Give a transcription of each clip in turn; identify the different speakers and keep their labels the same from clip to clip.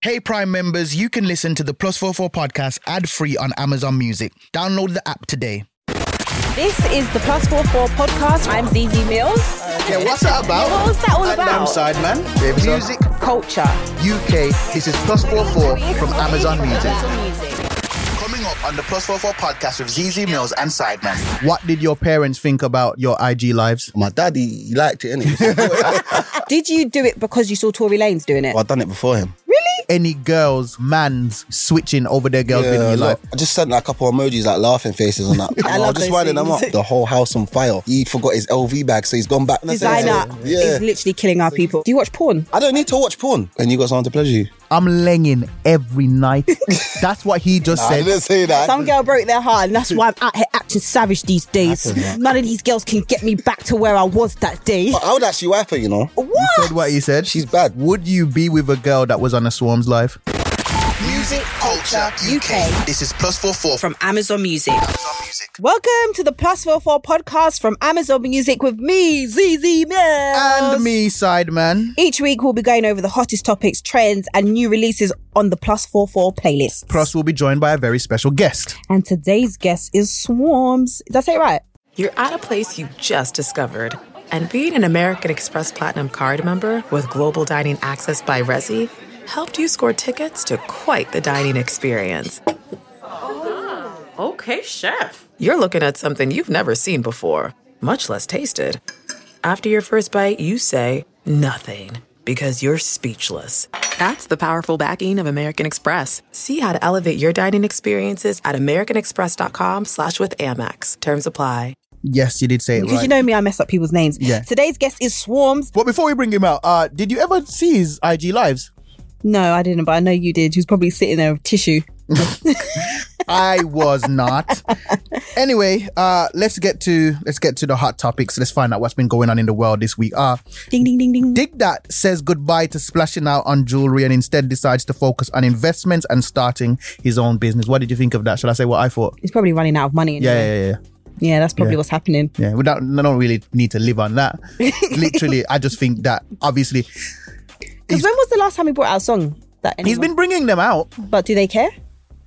Speaker 1: Hey, Prime members, you can listen to the Plus 44 podcast ad free on Amazon Music. Download the app today.
Speaker 2: This is the Plus 44 podcast. I'm ZZ Mills.
Speaker 3: Yeah, what's that about?
Speaker 2: What was that all
Speaker 3: And I'm
Speaker 2: about?
Speaker 3: Sideman. Music
Speaker 2: Culture.
Speaker 3: UK. This is Plus 44 from Amazon Music.
Speaker 1: Coming up on the Plus 44 podcast with ZZ Mills and Sideman. What did your parents think about your IG lives?
Speaker 4: My daddy, he liked it, innit?
Speaker 2: Did you do it because you saw Tory Lanez doing it?
Speaker 4: I've done it before him.
Speaker 2: Really?
Speaker 1: Any girls, mans switching over their girls been in your
Speaker 4: a lot.
Speaker 1: life?
Speaker 4: I just sent like a couple emojis, like laughing faces and that. I,
Speaker 2: love
Speaker 4: was just
Speaker 2: those
Speaker 4: winding them up.
Speaker 2: things.
Speaker 4: The whole house on fire. He forgot his LV bag, so he's gone back.
Speaker 2: Designer
Speaker 4: Yeah.
Speaker 2: is literally killing our people. Do you watch porn?
Speaker 4: I don't need to watch porn. And you got someone to pleasure you.
Speaker 1: I'm lenging every night. That's what he just
Speaker 4: I
Speaker 1: said.
Speaker 4: didn't say that.
Speaker 2: Some girl broke their heart, and that's why I'm out here acting savage these days. None of these girls can get me back to where I was that day.
Speaker 4: I would actually wipe her, you know.
Speaker 2: What?
Speaker 1: Said what he said.
Speaker 4: She's bad.
Speaker 1: Would you be with a girl that was on a swarm's life?
Speaker 3: Music, culture,
Speaker 2: UK.
Speaker 3: This is Plus 44
Speaker 2: From Amazon Music.
Speaker 3: Amazon Music.
Speaker 2: Welcome to the Plus 44 podcast from Amazon Music with me, ZZ Mills.
Speaker 1: And me, Sideman.
Speaker 2: Each week, we'll be going over the hottest topics, trends, and new releases on the Plus 44 playlist.
Speaker 1: Plus, we'll be joined by a very special guest.
Speaker 2: And today's guest is Swarms. Did I say it right?
Speaker 5: You're at a place you just discovered. And being an American Express Platinum card member with global dining access by Resi helped you score tickets to quite the dining experience.
Speaker 6: Oh. Okay, chef.
Speaker 5: You're looking at something you've never seen before, much less tasted. After your first bite, you say nothing because you're speechless. That's the powerful backing of American Express. See how to elevate your dining experiences at americanexpress.com slash with Amex. Terms apply.
Speaker 1: Yes, you did say it
Speaker 2: Because
Speaker 1: right.
Speaker 2: you know me, I mess up people's names.
Speaker 1: Yeah.
Speaker 2: Today's guest is Swarms.
Speaker 1: But before we bring him out, uh, did you ever see his IG lives?
Speaker 2: No, I didn't, but I know you did. He was probably sitting there with tissue.
Speaker 1: I was not. anyway, uh, let's get to let's get to the hot topics. Let's find out what's been going on in the world this week. Uh,
Speaker 2: Ding, ding, ding, ding.
Speaker 1: Dig that says goodbye to splashing out on jewelry and instead decides to focus on investments and starting his own business. What did you think of that? Should I say what I thought?
Speaker 2: He's probably running out of money.
Speaker 1: Yeah,
Speaker 2: anyway.
Speaker 1: yeah, yeah. yeah.
Speaker 2: Yeah, that's probably what's happening.
Speaker 1: Yeah, we don't, I don't really need to live on that. Literally, I just think that obviously
Speaker 2: Because when was the last time he brought out a song? That
Speaker 1: he's
Speaker 2: anyone-
Speaker 1: been bringing them out.
Speaker 2: But do they care?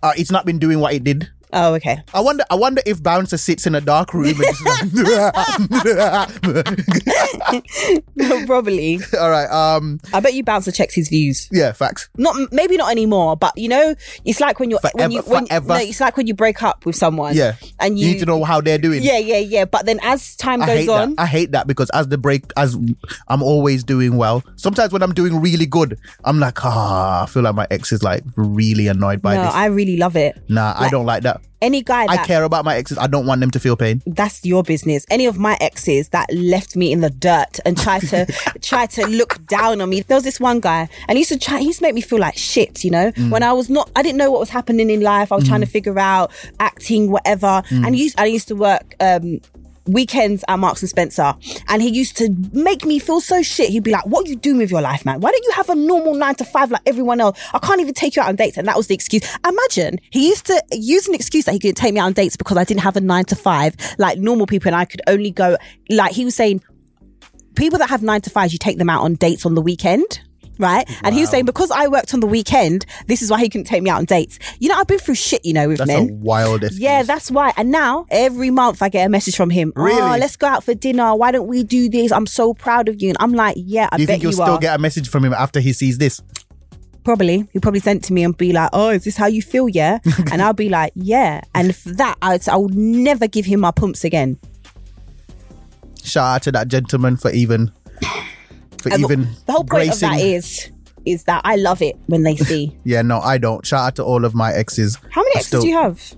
Speaker 1: Uh, it's not been doing what it did.
Speaker 2: Oh, okay.
Speaker 1: I wonder. I wonder if Bouncer sits in a dark room. And just like,
Speaker 2: probably.
Speaker 1: All right. Um.
Speaker 2: I bet you Bouncer checks his views.
Speaker 1: Yeah. Facts.
Speaker 2: not maybe not anymore, but you know, it's like when you're when
Speaker 1: Forever-
Speaker 2: you when
Speaker 1: forever.
Speaker 2: no, it's like when you break up with someone.
Speaker 1: Yeah.
Speaker 2: and
Speaker 1: You,
Speaker 2: you,
Speaker 1: need to know how they're doing.
Speaker 2: Yeah, yeah, yeah. But then as time
Speaker 1: I
Speaker 2: goes
Speaker 1: hate
Speaker 2: on,
Speaker 1: that. I hate that because as the break, as I'm always doing well. Sometimes when I'm doing really good, I'm like, ah, I feel like my ex is like really annoyed by
Speaker 2: no,
Speaker 1: this.
Speaker 2: I really love it.
Speaker 1: nah, I don't like that.
Speaker 2: Any guy
Speaker 1: I
Speaker 2: that
Speaker 1: care about my exes. I don't want them to feel pain.
Speaker 2: that's your business. Any of my exes that left me in the dirt and tried to try to look down on me. There was this one guy, and he used to try. He used to make me feel like shit. You know,
Speaker 1: Mm.
Speaker 2: when I was not, I didn't know what was happening in life. I was trying to figure out acting, whatever.
Speaker 1: Mm.
Speaker 2: And he used, I used to work. Um, Weekends at Marks and Spencer, and he used to make me feel so shit. He'd be like, "What are you doing with your life, man? Why don't you have a normal nine to five like everyone else? I can't even take you out on dates." And that was the excuse. Imagine he used to use an excuse that he couldn't take me out on dates because I didn't have a nine to five like normal people, and I could only go like he was saying. People that have nine to fives, you take them out on dates on the weekend. Right. And he was saying, because I worked on the weekend, this is why he couldn't take me out on dates. You know, I've been through shit, you know, with
Speaker 1: That's
Speaker 2: men.
Speaker 1: a wild excuse.
Speaker 2: Yeah, that's why. And now every month I get a message from him.
Speaker 1: Really?
Speaker 2: Oh, let's go out for dinner. Why don't we do this? I'm so proud of you. And I'm like, yeah, I
Speaker 1: Do you
Speaker 2: bet
Speaker 1: think you'll
Speaker 2: you
Speaker 1: still
Speaker 2: are.
Speaker 1: get a message from him after he sees this?
Speaker 2: probably. He'll probably send to me and be like, oh, is this how you feel? Yeah. and I'll be like, yeah. And for that, I, I will never give him my pumps again.
Speaker 1: Shout out to that gentleman for even for
Speaker 2: And the-
Speaker 1: even
Speaker 2: the whole point
Speaker 1: gracing.
Speaker 2: of that is, is that I love it when they see.
Speaker 1: Yeah, no, I don't. Shout out to all of my exes.
Speaker 2: how many
Speaker 1: I
Speaker 2: exes
Speaker 1: still-
Speaker 2: do you have?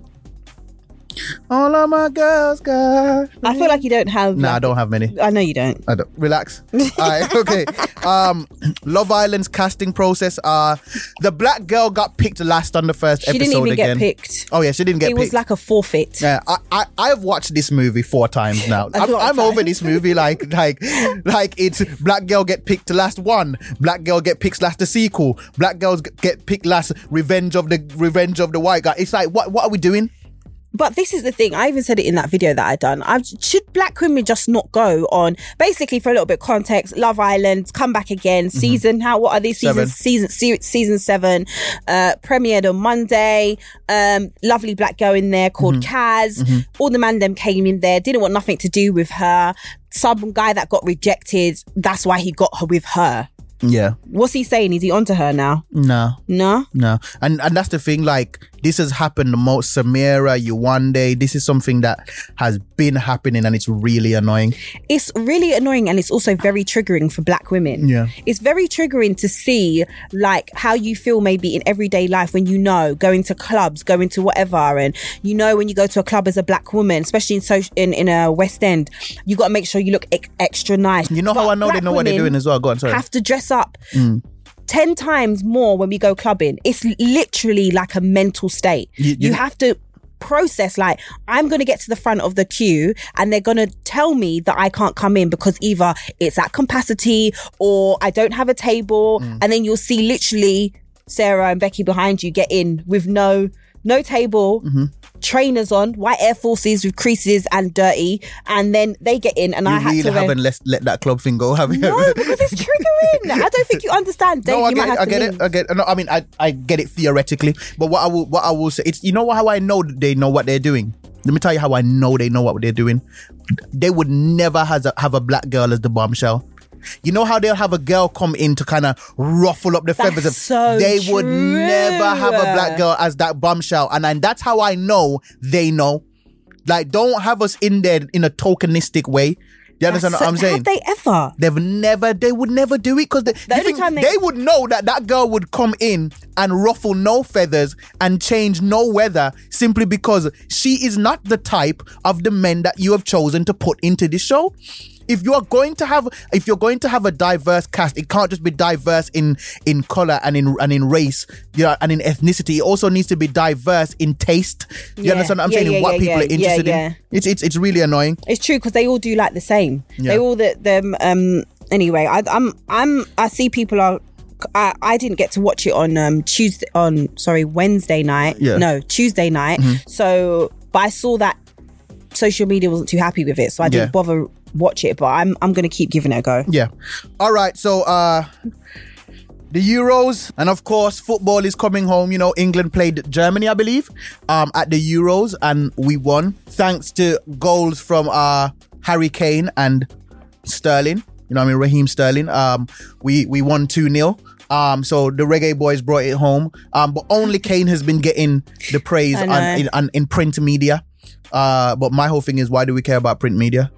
Speaker 1: All of my girls got.
Speaker 2: I feel like you don't have.
Speaker 1: Mm. Nah, I
Speaker 2: like-
Speaker 1: don't have many.
Speaker 2: I know you don't.
Speaker 1: I don't. Relax. All right, okay. Um, Love Island's casting process. Uh, the black girl got picked last on the first
Speaker 2: She
Speaker 1: episode
Speaker 2: didn't even
Speaker 1: again.
Speaker 2: get picked.
Speaker 1: Oh yeah, she didn't get
Speaker 2: it
Speaker 1: picked.
Speaker 2: was like a forfeit.
Speaker 1: yeah, I, I I've watched this movie four times now. I'm,
Speaker 2: lot
Speaker 1: I'm
Speaker 2: of
Speaker 1: over this movie like like like it's black girl get picked last one, black girl get picked last the sequel, black girls get picked last revenge of the revenge of the white guy. It's like what what are we doing?
Speaker 2: But this is the thing. I even said it in that video that I done. I should black women just not go on basically for a little bit of context. Love Island, come back again. Season how? What are these seasons? Season se- season seven, uh, premiered on Monday. Um, lovely black girl in there called Kaz. All the man them came in there. Didn't want nothing to do with her. Some guy that got rejected. That's why he got her with her.
Speaker 1: Yeah.
Speaker 2: What's he saying? Is he onto her now?
Speaker 1: No.
Speaker 2: No.
Speaker 1: No. And and that's the thing, like this has happened the most Samira, you one day. This is something that has been happening and it's really annoying.
Speaker 2: it's really annoying and it's also very triggering for black women.
Speaker 1: Yeah.
Speaker 2: It's very triggering to see like how you feel maybe in everyday life when you know going to clubs, going to whatever and you know when you go to a club as a black woman, especially in so in, in a West End, you got to make sure you look ex- extra nice.
Speaker 1: You know how
Speaker 2: But
Speaker 1: I know they
Speaker 2: black
Speaker 1: know what they're
Speaker 2: women
Speaker 1: doing as well. Go on, sorry. Mm.
Speaker 2: have to dress up 10 times more when we go clubbing. It's literally like a mental state. You,
Speaker 1: You- you-
Speaker 2: have to process like I'm going to get to the front of the queue and they're going to tell me that I can't come in because either it's at capacity or I don't have a table
Speaker 1: Mm.
Speaker 2: and then you'll see literally Sarah and Becky behind you get in with no no table
Speaker 1: Mm-hmm.
Speaker 2: trainers on white air forces with creases and dirty and then they get in and
Speaker 1: you
Speaker 2: I had
Speaker 1: really
Speaker 2: to wear
Speaker 1: haven't let, let that club thing go, have you?
Speaker 2: no, because it's triggering. I don't think you understand, Dave.
Speaker 1: no, I
Speaker 2: you
Speaker 1: get,
Speaker 2: might
Speaker 1: it,
Speaker 2: have
Speaker 1: I
Speaker 2: to
Speaker 1: get
Speaker 2: leave.
Speaker 1: it. I get. No, I mean, I, I get it theoretically, but what I will what I will say, it's you know how I know they know what they're doing. Let me tell you how I know they know what they're doing. They would never has a, have a black girl as the bombshell. You know how they'll have a girl come in to kind of ruffle up the
Speaker 2: That's
Speaker 1: feathers. of-
Speaker 2: so
Speaker 1: they would
Speaker 2: true.
Speaker 1: never have a black girl as that bombshell, and and that's how I know they know. Like, don't have us in there in a tokenistic way. You understand
Speaker 2: So
Speaker 1: what I'm saying?
Speaker 2: Have they ever?
Speaker 1: They've never, they would never do it because they, you
Speaker 2: only
Speaker 1: think
Speaker 2: time
Speaker 1: they,
Speaker 2: they-
Speaker 1: would know that that girl would come in and ruffle no feathers and change no weather simply because she is not the type of the men that you have chosen to put into this show. If you are going to have, if you're going to have a diverse cast, it can't just be diverse in in color and in and in race, you know, and in ethnicity. It also needs to be diverse in taste. You
Speaker 2: Yeah.
Speaker 1: understand what I'm
Speaker 2: Yeah,
Speaker 1: saying?
Speaker 2: yeah,
Speaker 1: in what
Speaker 2: yeah,
Speaker 1: people
Speaker 2: yeah,
Speaker 1: are
Speaker 2: yeah,
Speaker 1: interested
Speaker 2: yeah.
Speaker 1: in. It's it's it's really annoying.
Speaker 2: It's true because they all do like the same.
Speaker 1: Yeah.
Speaker 2: They all the them. Um. Anyway, I, I'm I'm I see people are. I, I didn't get to watch it on um Tuesday on sorry Wednesday night.
Speaker 1: Yeah. Mm-hmm.
Speaker 2: No Tuesday night. So, but I saw that social media wasn't too happy with it, so I didn't
Speaker 1: Yeah.
Speaker 2: bother watch it. But I'm I'm gonna keep giving it a go.
Speaker 1: Yeah. All right. So uh the Euros and of course football is coming home. You know, England played Germany, I believe, um, at the Euros and we won thanks to goals from uh Harry Kane and Sterling. You know, what I mean Raheem Sterling. Um, we we won two 0 um, so the reggae boys brought it home. Um, but only Kane has been getting the praise
Speaker 2: I
Speaker 1: on,
Speaker 2: know.
Speaker 1: in, on, in print media. Uh, but my whole thing is, why do we care about print media?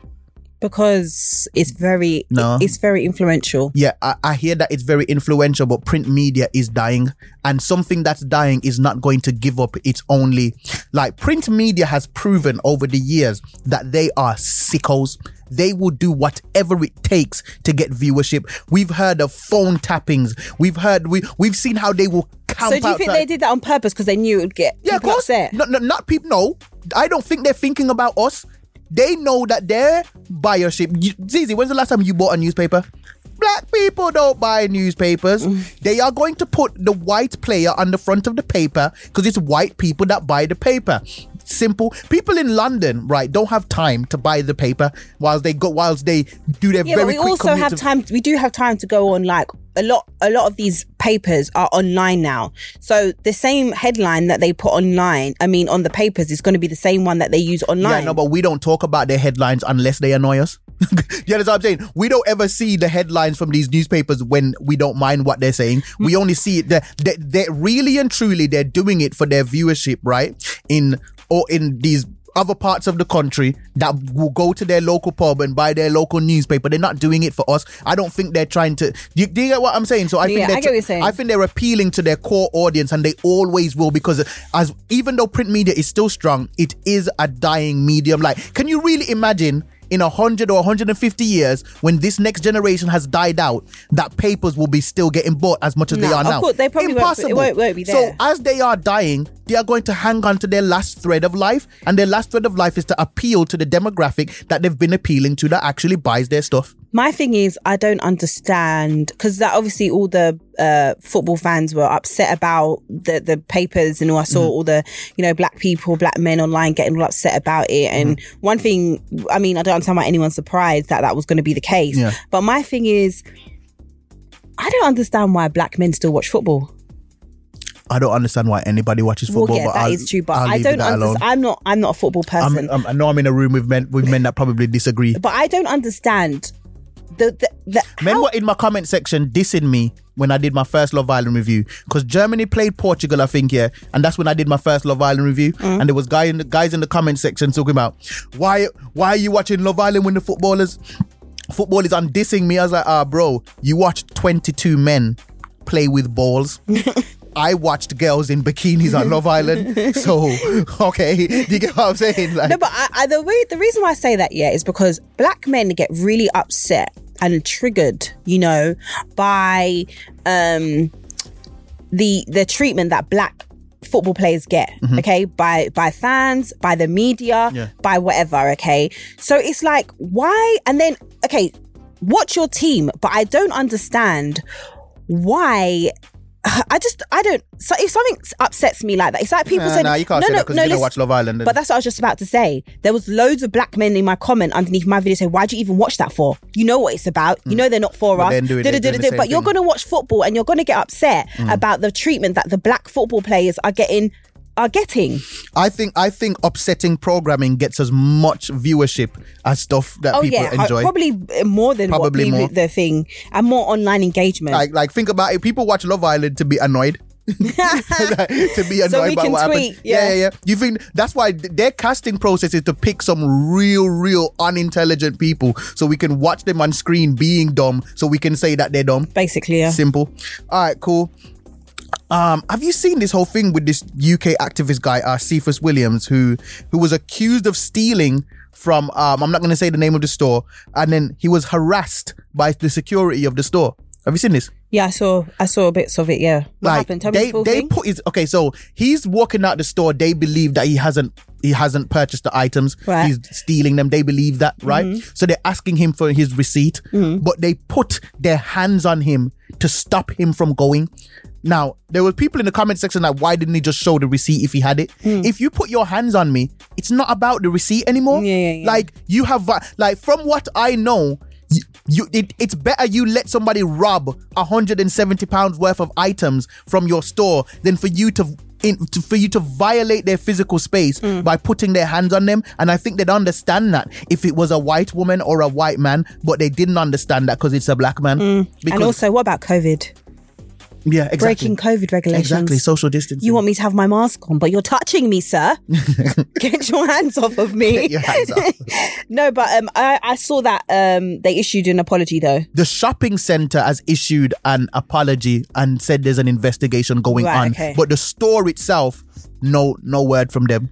Speaker 2: because it's very
Speaker 1: No.
Speaker 2: it's very influential.
Speaker 1: yeah, I, I hear that it's very influential, but print media is dying, and something that's dying is not going to give up its only. Like print media has proven over the years that they are sickos. They will do whatever it takes to get viewership. We've heard of phone tappings. We've heard we we've seen how they will camp
Speaker 2: So do you think
Speaker 1: outside.
Speaker 2: they did that on purpose because they knew it would get
Speaker 1: Yeah, of
Speaker 2: people
Speaker 1: course.
Speaker 2: upset?
Speaker 1: No, no, not people. No, I don't think they're thinking about us. They know that their buyership. You- Zizi, when's the last time you bought a newspaper? Black people don't buy newspapers.
Speaker 2: Mm.
Speaker 1: they are going to put the white player on the front of the paper because it's white people that buy the paper. Simple. People in London, right, don't have time to buy the paper whilst they go whilst they do their
Speaker 2: Yeah,
Speaker 1: very
Speaker 2: but we
Speaker 1: quick
Speaker 2: also
Speaker 1: commute
Speaker 2: have
Speaker 1: to-
Speaker 2: time. We do have time to go on. Like a lot, a lot of these papers are online now. So the same headline that they put online, I mean, on the papers, is going to be the same one that they use online.
Speaker 1: Yeah, no, but we don't talk about their headlines unless they annoy us. you understand what I'm saying? We don't ever see the headlines from these newspapers when we don't mind what they're saying.
Speaker 2: Mm.
Speaker 1: We only see it. They're, they they're really and truly, they're doing it for their viewership, right? In or in these other parts of the country that will go to their local pub and buy their local newspaper. They're not doing it for us. I don't think they're trying to. Do you, do you get what I'm saying? So I think
Speaker 2: Yeah,
Speaker 1: they're
Speaker 2: I get what you're saying.
Speaker 1: I think they're appealing to their core audience, and they always will because as even though print media is still strong, it is a dying medium. Like, can you really imagine? In 100 or 150 years, when this next generation has died out, that papers will be still getting bought as much as they
Speaker 2: No,
Speaker 1: are
Speaker 2: of
Speaker 1: now.
Speaker 2: course, they probably won't- it
Speaker 1: Impossible.
Speaker 2: won't- won't be
Speaker 1: So
Speaker 2: there.
Speaker 1: as they are dying, they are going to hang on to their last thread of life, and their last thread of life is to appeal to the demographic that they've been appealing to that actually buys their stuff.
Speaker 2: My thing is, I don't understand because that obviously all the uh, football fans were upset about the the papers, and all, I saw
Speaker 1: Mm-hmm.
Speaker 2: all the you know black people, black men online getting all upset about it. And
Speaker 1: Mm-hmm.
Speaker 2: one thing, I mean, I don't understand why anyone's surprised that that was going to be the case.
Speaker 1: Yeah.
Speaker 2: But my thing is, I don't understand why black men still watch football.
Speaker 1: I don't understand why anybody watches football.
Speaker 2: well, yeah,
Speaker 1: but
Speaker 2: that
Speaker 1: I'll-
Speaker 2: is true, but
Speaker 1: I'll
Speaker 2: I
Speaker 1: leave
Speaker 2: don't
Speaker 1: that alone.
Speaker 2: understand. I'm not. I'm not a football person.
Speaker 1: I'm, I'm, I know I'm in a room with men with men that probably disagree.
Speaker 2: but I don't understand the the, the
Speaker 1: Men
Speaker 2: how-
Speaker 1: were in my comment section dissing me when I did my first Love Island review because Germany played Portugal, I think, yeah, and that's when I did my first Love Island review.
Speaker 2: Mm.
Speaker 1: And there was guy in the, guys in the comment section talking about why why are you watching Love Island when the footballers football is on dissing me. I was like, ah, bro, you watched 22 men play with balls. I watched girls in bikinis on Love Island, so okay, do you get what I'm saying? Like,
Speaker 2: No, but I, I, the way the reason why I say that yeah is because black men get really upset and triggered, you know, by um the the treatment that black football players get okay by by fans by the media
Speaker 1: Mm-hmm. Yeah.
Speaker 2: by whatever okay so it's like why and then okay watch your team but i don't understand why i just i don't so if something upsets me like that it's like people
Speaker 1: Nah,
Speaker 2: saying
Speaker 1: nah, you can't
Speaker 2: no
Speaker 1: say
Speaker 2: no
Speaker 1: that 'cause
Speaker 2: no
Speaker 1: you don't
Speaker 2: listen-
Speaker 1: watch Love Island.
Speaker 2: but that's what I was just about to say. There was loads of black men in my comment underneath my video saying, "Why'd you even watch that for? You know what it's about. You know they're not for
Speaker 1: Mm. But
Speaker 2: us."
Speaker 1: then doing it,
Speaker 2: Da- da- da-
Speaker 1: doing the
Speaker 2: da-
Speaker 1: same
Speaker 2: But you're
Speaker 1: thing. Mm.
Speaker 2: going to watch football and you're going to get upset about the treatment that the black football players are getting. Are getting?
Speaker 1: I think I think upsetting programming gets as much viewership as stuff that
Speaker 2: Oh
Speaker 1: people
Speaker 2: yeah, uh,
Speaker 1: enjoy.
Speaker 2: probably uh, more than
Speaker 1: Probably
Speaker 2: what people,
Speaker 1: more.
Speaker 2: the thing and more online engagement.
Speaker 1: Like like think about it. People watch Love Island to be annoyed. to be annoyed
Speaker 2: So we
Speaker 1: by
Speaker 2: can
Speaker 1: what
Speaker 2: tweet,
Speaker 1: happens. yeah,
Speaker 2: yeah.
Speaker 1: yeah, yeah. You think that's why th- their casting process is to pick some real, real unintelligent people so we can watch them on screen being dumb, so we can say that they're dumb.
Speaker 2: Basically, yeah.
Speaker 1: Simple. All right, cool. Um, have you seen this whole thing with this UK activist guy, uh, Cephas Williams, who who was accused of stealing from um, I'm not going to say the name of the store, and then he was harassed by the security of the store. Have you seen this?
Speaker 2: yeah, I saw, I saw bits of it. Yeah, what happened? Tell me
Speaker 1: they
Speaker 2: the full
Speaker 1: they
Speaker 2: thing.
Speaker 1: put his okay. So he's walking out the store. They believe that he hasn't he hasn't purchased the items.
Speaker 2: Right. Mm-hmm.
Speaker 1: He's stealing them. They believe that, right? So they're asking him for his receipt, but they put their hands on him to stop him from going. Now there were people in the comment section like, why didn't he just show the receipt if he had it?
Speaker 2: Hmm.
Speaker 1: If you put your hands on me, it's not about the receipt anymore.
Speaker 2: Yeah, yeah, yeah.
Speaker 1: Like you have vi- like from what I know, you, you it, it's better you let somebody rob 170 pounds worth of items from your store than for you to in, to, for you to violate their physical space
Speaker 2: Mm.
Speaker 1: by putting their hands on them and i think they'd understand that if it was a white woman or a white man but they didn't understand that because it's a black man because
Speaker 2: Mm. and also, what about COVID?
Speaker 1: yeah exactly
Speaker 2: Breaking COVID regulations.
Speaker 1: exactly social distancing
Speaker 2: You want me to have my mask on, but you're touching me, sir. Get your hands off of me.
Speaker 1: your hands up.
Speaker 2: no, but um, I, I saw that um, they issued an apology though.
Speaker 1: the shopping center has issued an apology and said there's an investigation going
Speaker 2: Right,
Speaker 1: on
Speaker 2: okay.
Speaker 1: but the store itself no no word from them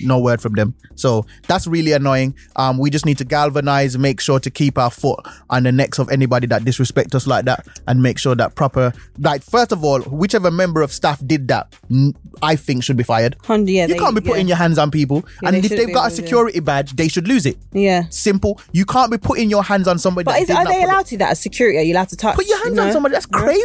Speaker 1: no word from them so that's really annoying um we just need to galvanize make sure to keep our foot on the necks of anybody that disrespect us like that and make sure that proper like first of all whichever member of staff did that n- i think should be fired
Speaker 2: Hun- yeah,
Speaker 1: you
Speaker 2: they-
Speaker 1: can't be putting
Speaker 2: yeah.
Speaker 1: your hands on people
Speaker 2: Yeah,
Speaker 1: and
Speaker 2: they
Speaker 1: if
Speaker 2: should
Speaker 1: they've
Speaker 2: be
Speaker 1: got a
Speaker 2: moving.
Speaker 1: security badge they should lose it
Speaker 2: Yeah.
Speaker 1: simple you can't be putting your hands on somebody that
Speaker 2: But is,
Speaker 1: did
Speaker 2: are
Speaker 1: not put
Speaker 2: they
Speaker 1: it-
Speaker 2: allowed to do that as security? Are you allowed to touch?
Speaker 1: put your hands on
Speaker 2: No?
Speaker 1: somebody. That's crazy.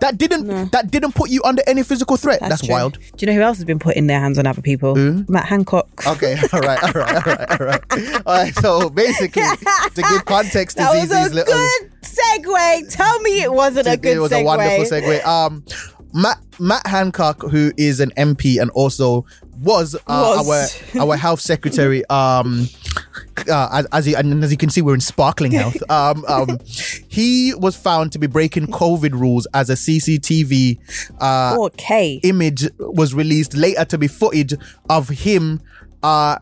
Speaker 1: That didn't that didn't put you under any physical threat. That's,
Speaker 2: true.
Speaker 1: wild.
Speaker 2: Do you know who else has been putting their hands on other people? Matt Hancock.
Speaker 1: Okay, all right, all right, all right, all right. All right. So basically, to give context to
Speaker 2: That was
Speaker 1: ZZ's
Speaker 2: a
Speaker 1: little,
Speaker 2: good segue. Tell me it wasn't a good
Speaker 1: it was
Speaker 2: segue.
Speaker 1: a wonderful segue. Um, Matt Matt Hancock, who is an MP and also was, uh,
Speaker 2: Was.
Speaker 1: our our health secretary. Um, uh, as, as you and as you can see, we're in sparkling health. Um, um, he was found to be breaking COVID rules as a CCTV uh,
Speaker 2: 4K.
Speaker 1: image was released later to be footage of him uh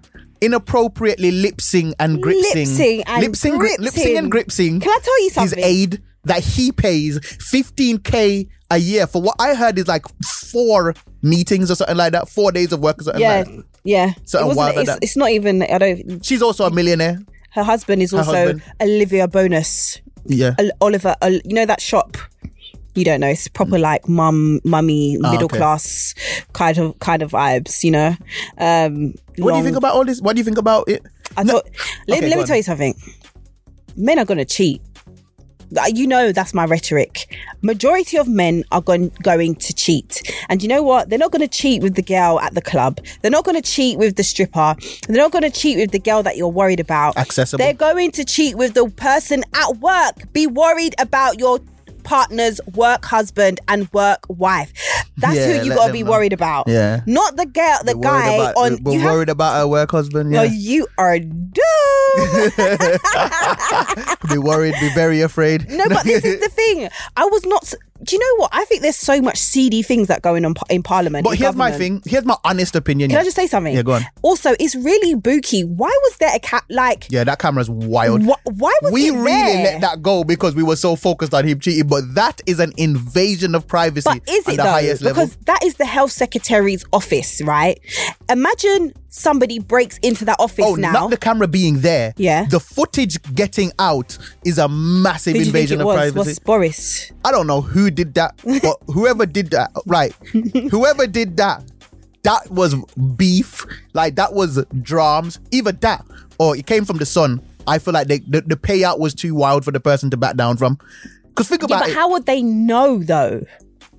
Speaker 1: inappropriately lipsing and gripsing
Speaker 2: Lip-sync and
Speaker 1: gri-
Speaker 2: gripsing.
Speaker 1: lipsing and gripsing
Speaker 2: Can I tell you something?
Speaker 1: his aid that he pays 15k a year for what i heard is like four meetings or something like that four days of work or something
Speaker 2: yeah,
Speaker 1: like that
Speaker 2: yeah.
Speaker 1: So
Speaker 2: it
Speaker 1: a
Speaker 2: wasn't-
Speaker 1: while like
Speaker 2: it's,
Speaker 1: that.
Speaker 2: it's not even. I don't.
Speaker 1: she's also a millionaire
Speaker 2: Her husband is also
Speaker 1: husband.
Speaker 2: Olivia Bonus.
Speaker 1: yeah
Speaker 2: Ol- Oliver, Ol- you know that shop. You don't know. It's proper like mum, mummy, middle
Speaker 1: Mm. Ah, okay.
Speaker 2: class kind of kind of vibes. You know. Um,
Speaker 1: what do you think about all this what do you think about it
Speaker 2: I thought, let,
Speaker 1: Okay, go
Speaker 2: let me
Speaker 1: on.
Speaker 2: tell you something. men are going to cheat. Like, You know that's my rhetoric. Majority of men are going going to cheat, and you know what? They're not going to cheat with the girl at the club. They're not going to cheat with the stripper. They're not going to cheat with the girl that you're worried about.
Speaker 1: Accessible.
Speaker 2: They're going to cheat with the person at work. Be worried about your partner's work husband and work wife. That's
Speaker 1: Yeah,
Speaker 2: who you
Speaker 1: let
Speaker 2: gotta
Speaker 1: them
Speaker 2: be
Speaker 1: know.
Speaker 2: worried about.
Speaker 1: Yeah.
Speaker 2: Not the girl, the
Speaker 1: We're worried
Speaker 2: guy
Speaker 1: about,
Speaker 2: on.
Speaker 1: we're
Speaker 2: you have-
Speaker 1: worried about her work husband.
Speaker 2: no,
Speaker 1: Yeah,
Speaker 2: you are doomed.
Speaker 1: be worried, be very afraid.
Speaker 2: No, but this is the thing. I was not. s- Do you know what? I think there's so much seedy things that going on pa- in Parliament.
Speaker 1: But
Speaker 2: in
Speaker 1: here's my
Speaker 2: government.
Speaker 1: thing. Here's my honest opinion.
Speaker 2: Can
Speaker 1: yeah.
Speaker 2: I just say something?
Speaker 1: Yeah, go on.
Speaker 2: Also, it's really booky. Why was there a cat? Like,
Speaker 1: Yeah, that camera's wild.
Speaker 2: wh- why was
Speaker 1: we
Speaker 2: it
Speaker 1: really
Speaker 2: there?
Speaker 1: let that go because we were so focused on him cheating, but that is an invasion of privacy
Speaker 2: But is
Speaker 1: at
Speaker 2: it
Speaker 1: the
Speaker 2: though?
Speaker 1: highest level.
Speaker 2: Because that is the health secretary's office, right? Imagine somebody breaks into that office
Speaker 1: Oh,
Speaker 2: now.
Speaker 1: not the camera being there.
Speaker 2: Yeah.
Speaker 1: The footage getting out is a massive
Speaker 2: Who do you think
Speaker 1: invasion
Speaker 2: it
Speaker 1: of
Speaker 2: was?
Speaker 1: privacy.
Speaker 2: Was Boris?
Speaker 1: I don't know who did that, but whoever did that, right? whoever did that, that was beef. Like that was drums. Either that or it came from the sun. I feel like they, the the payout was too wild for the person to back down from. Because think
Speaker 2: Yeah,
Speaker 1: about
Speaker 2: but
Speaker 1: it.
Speaker 2: how would they know though?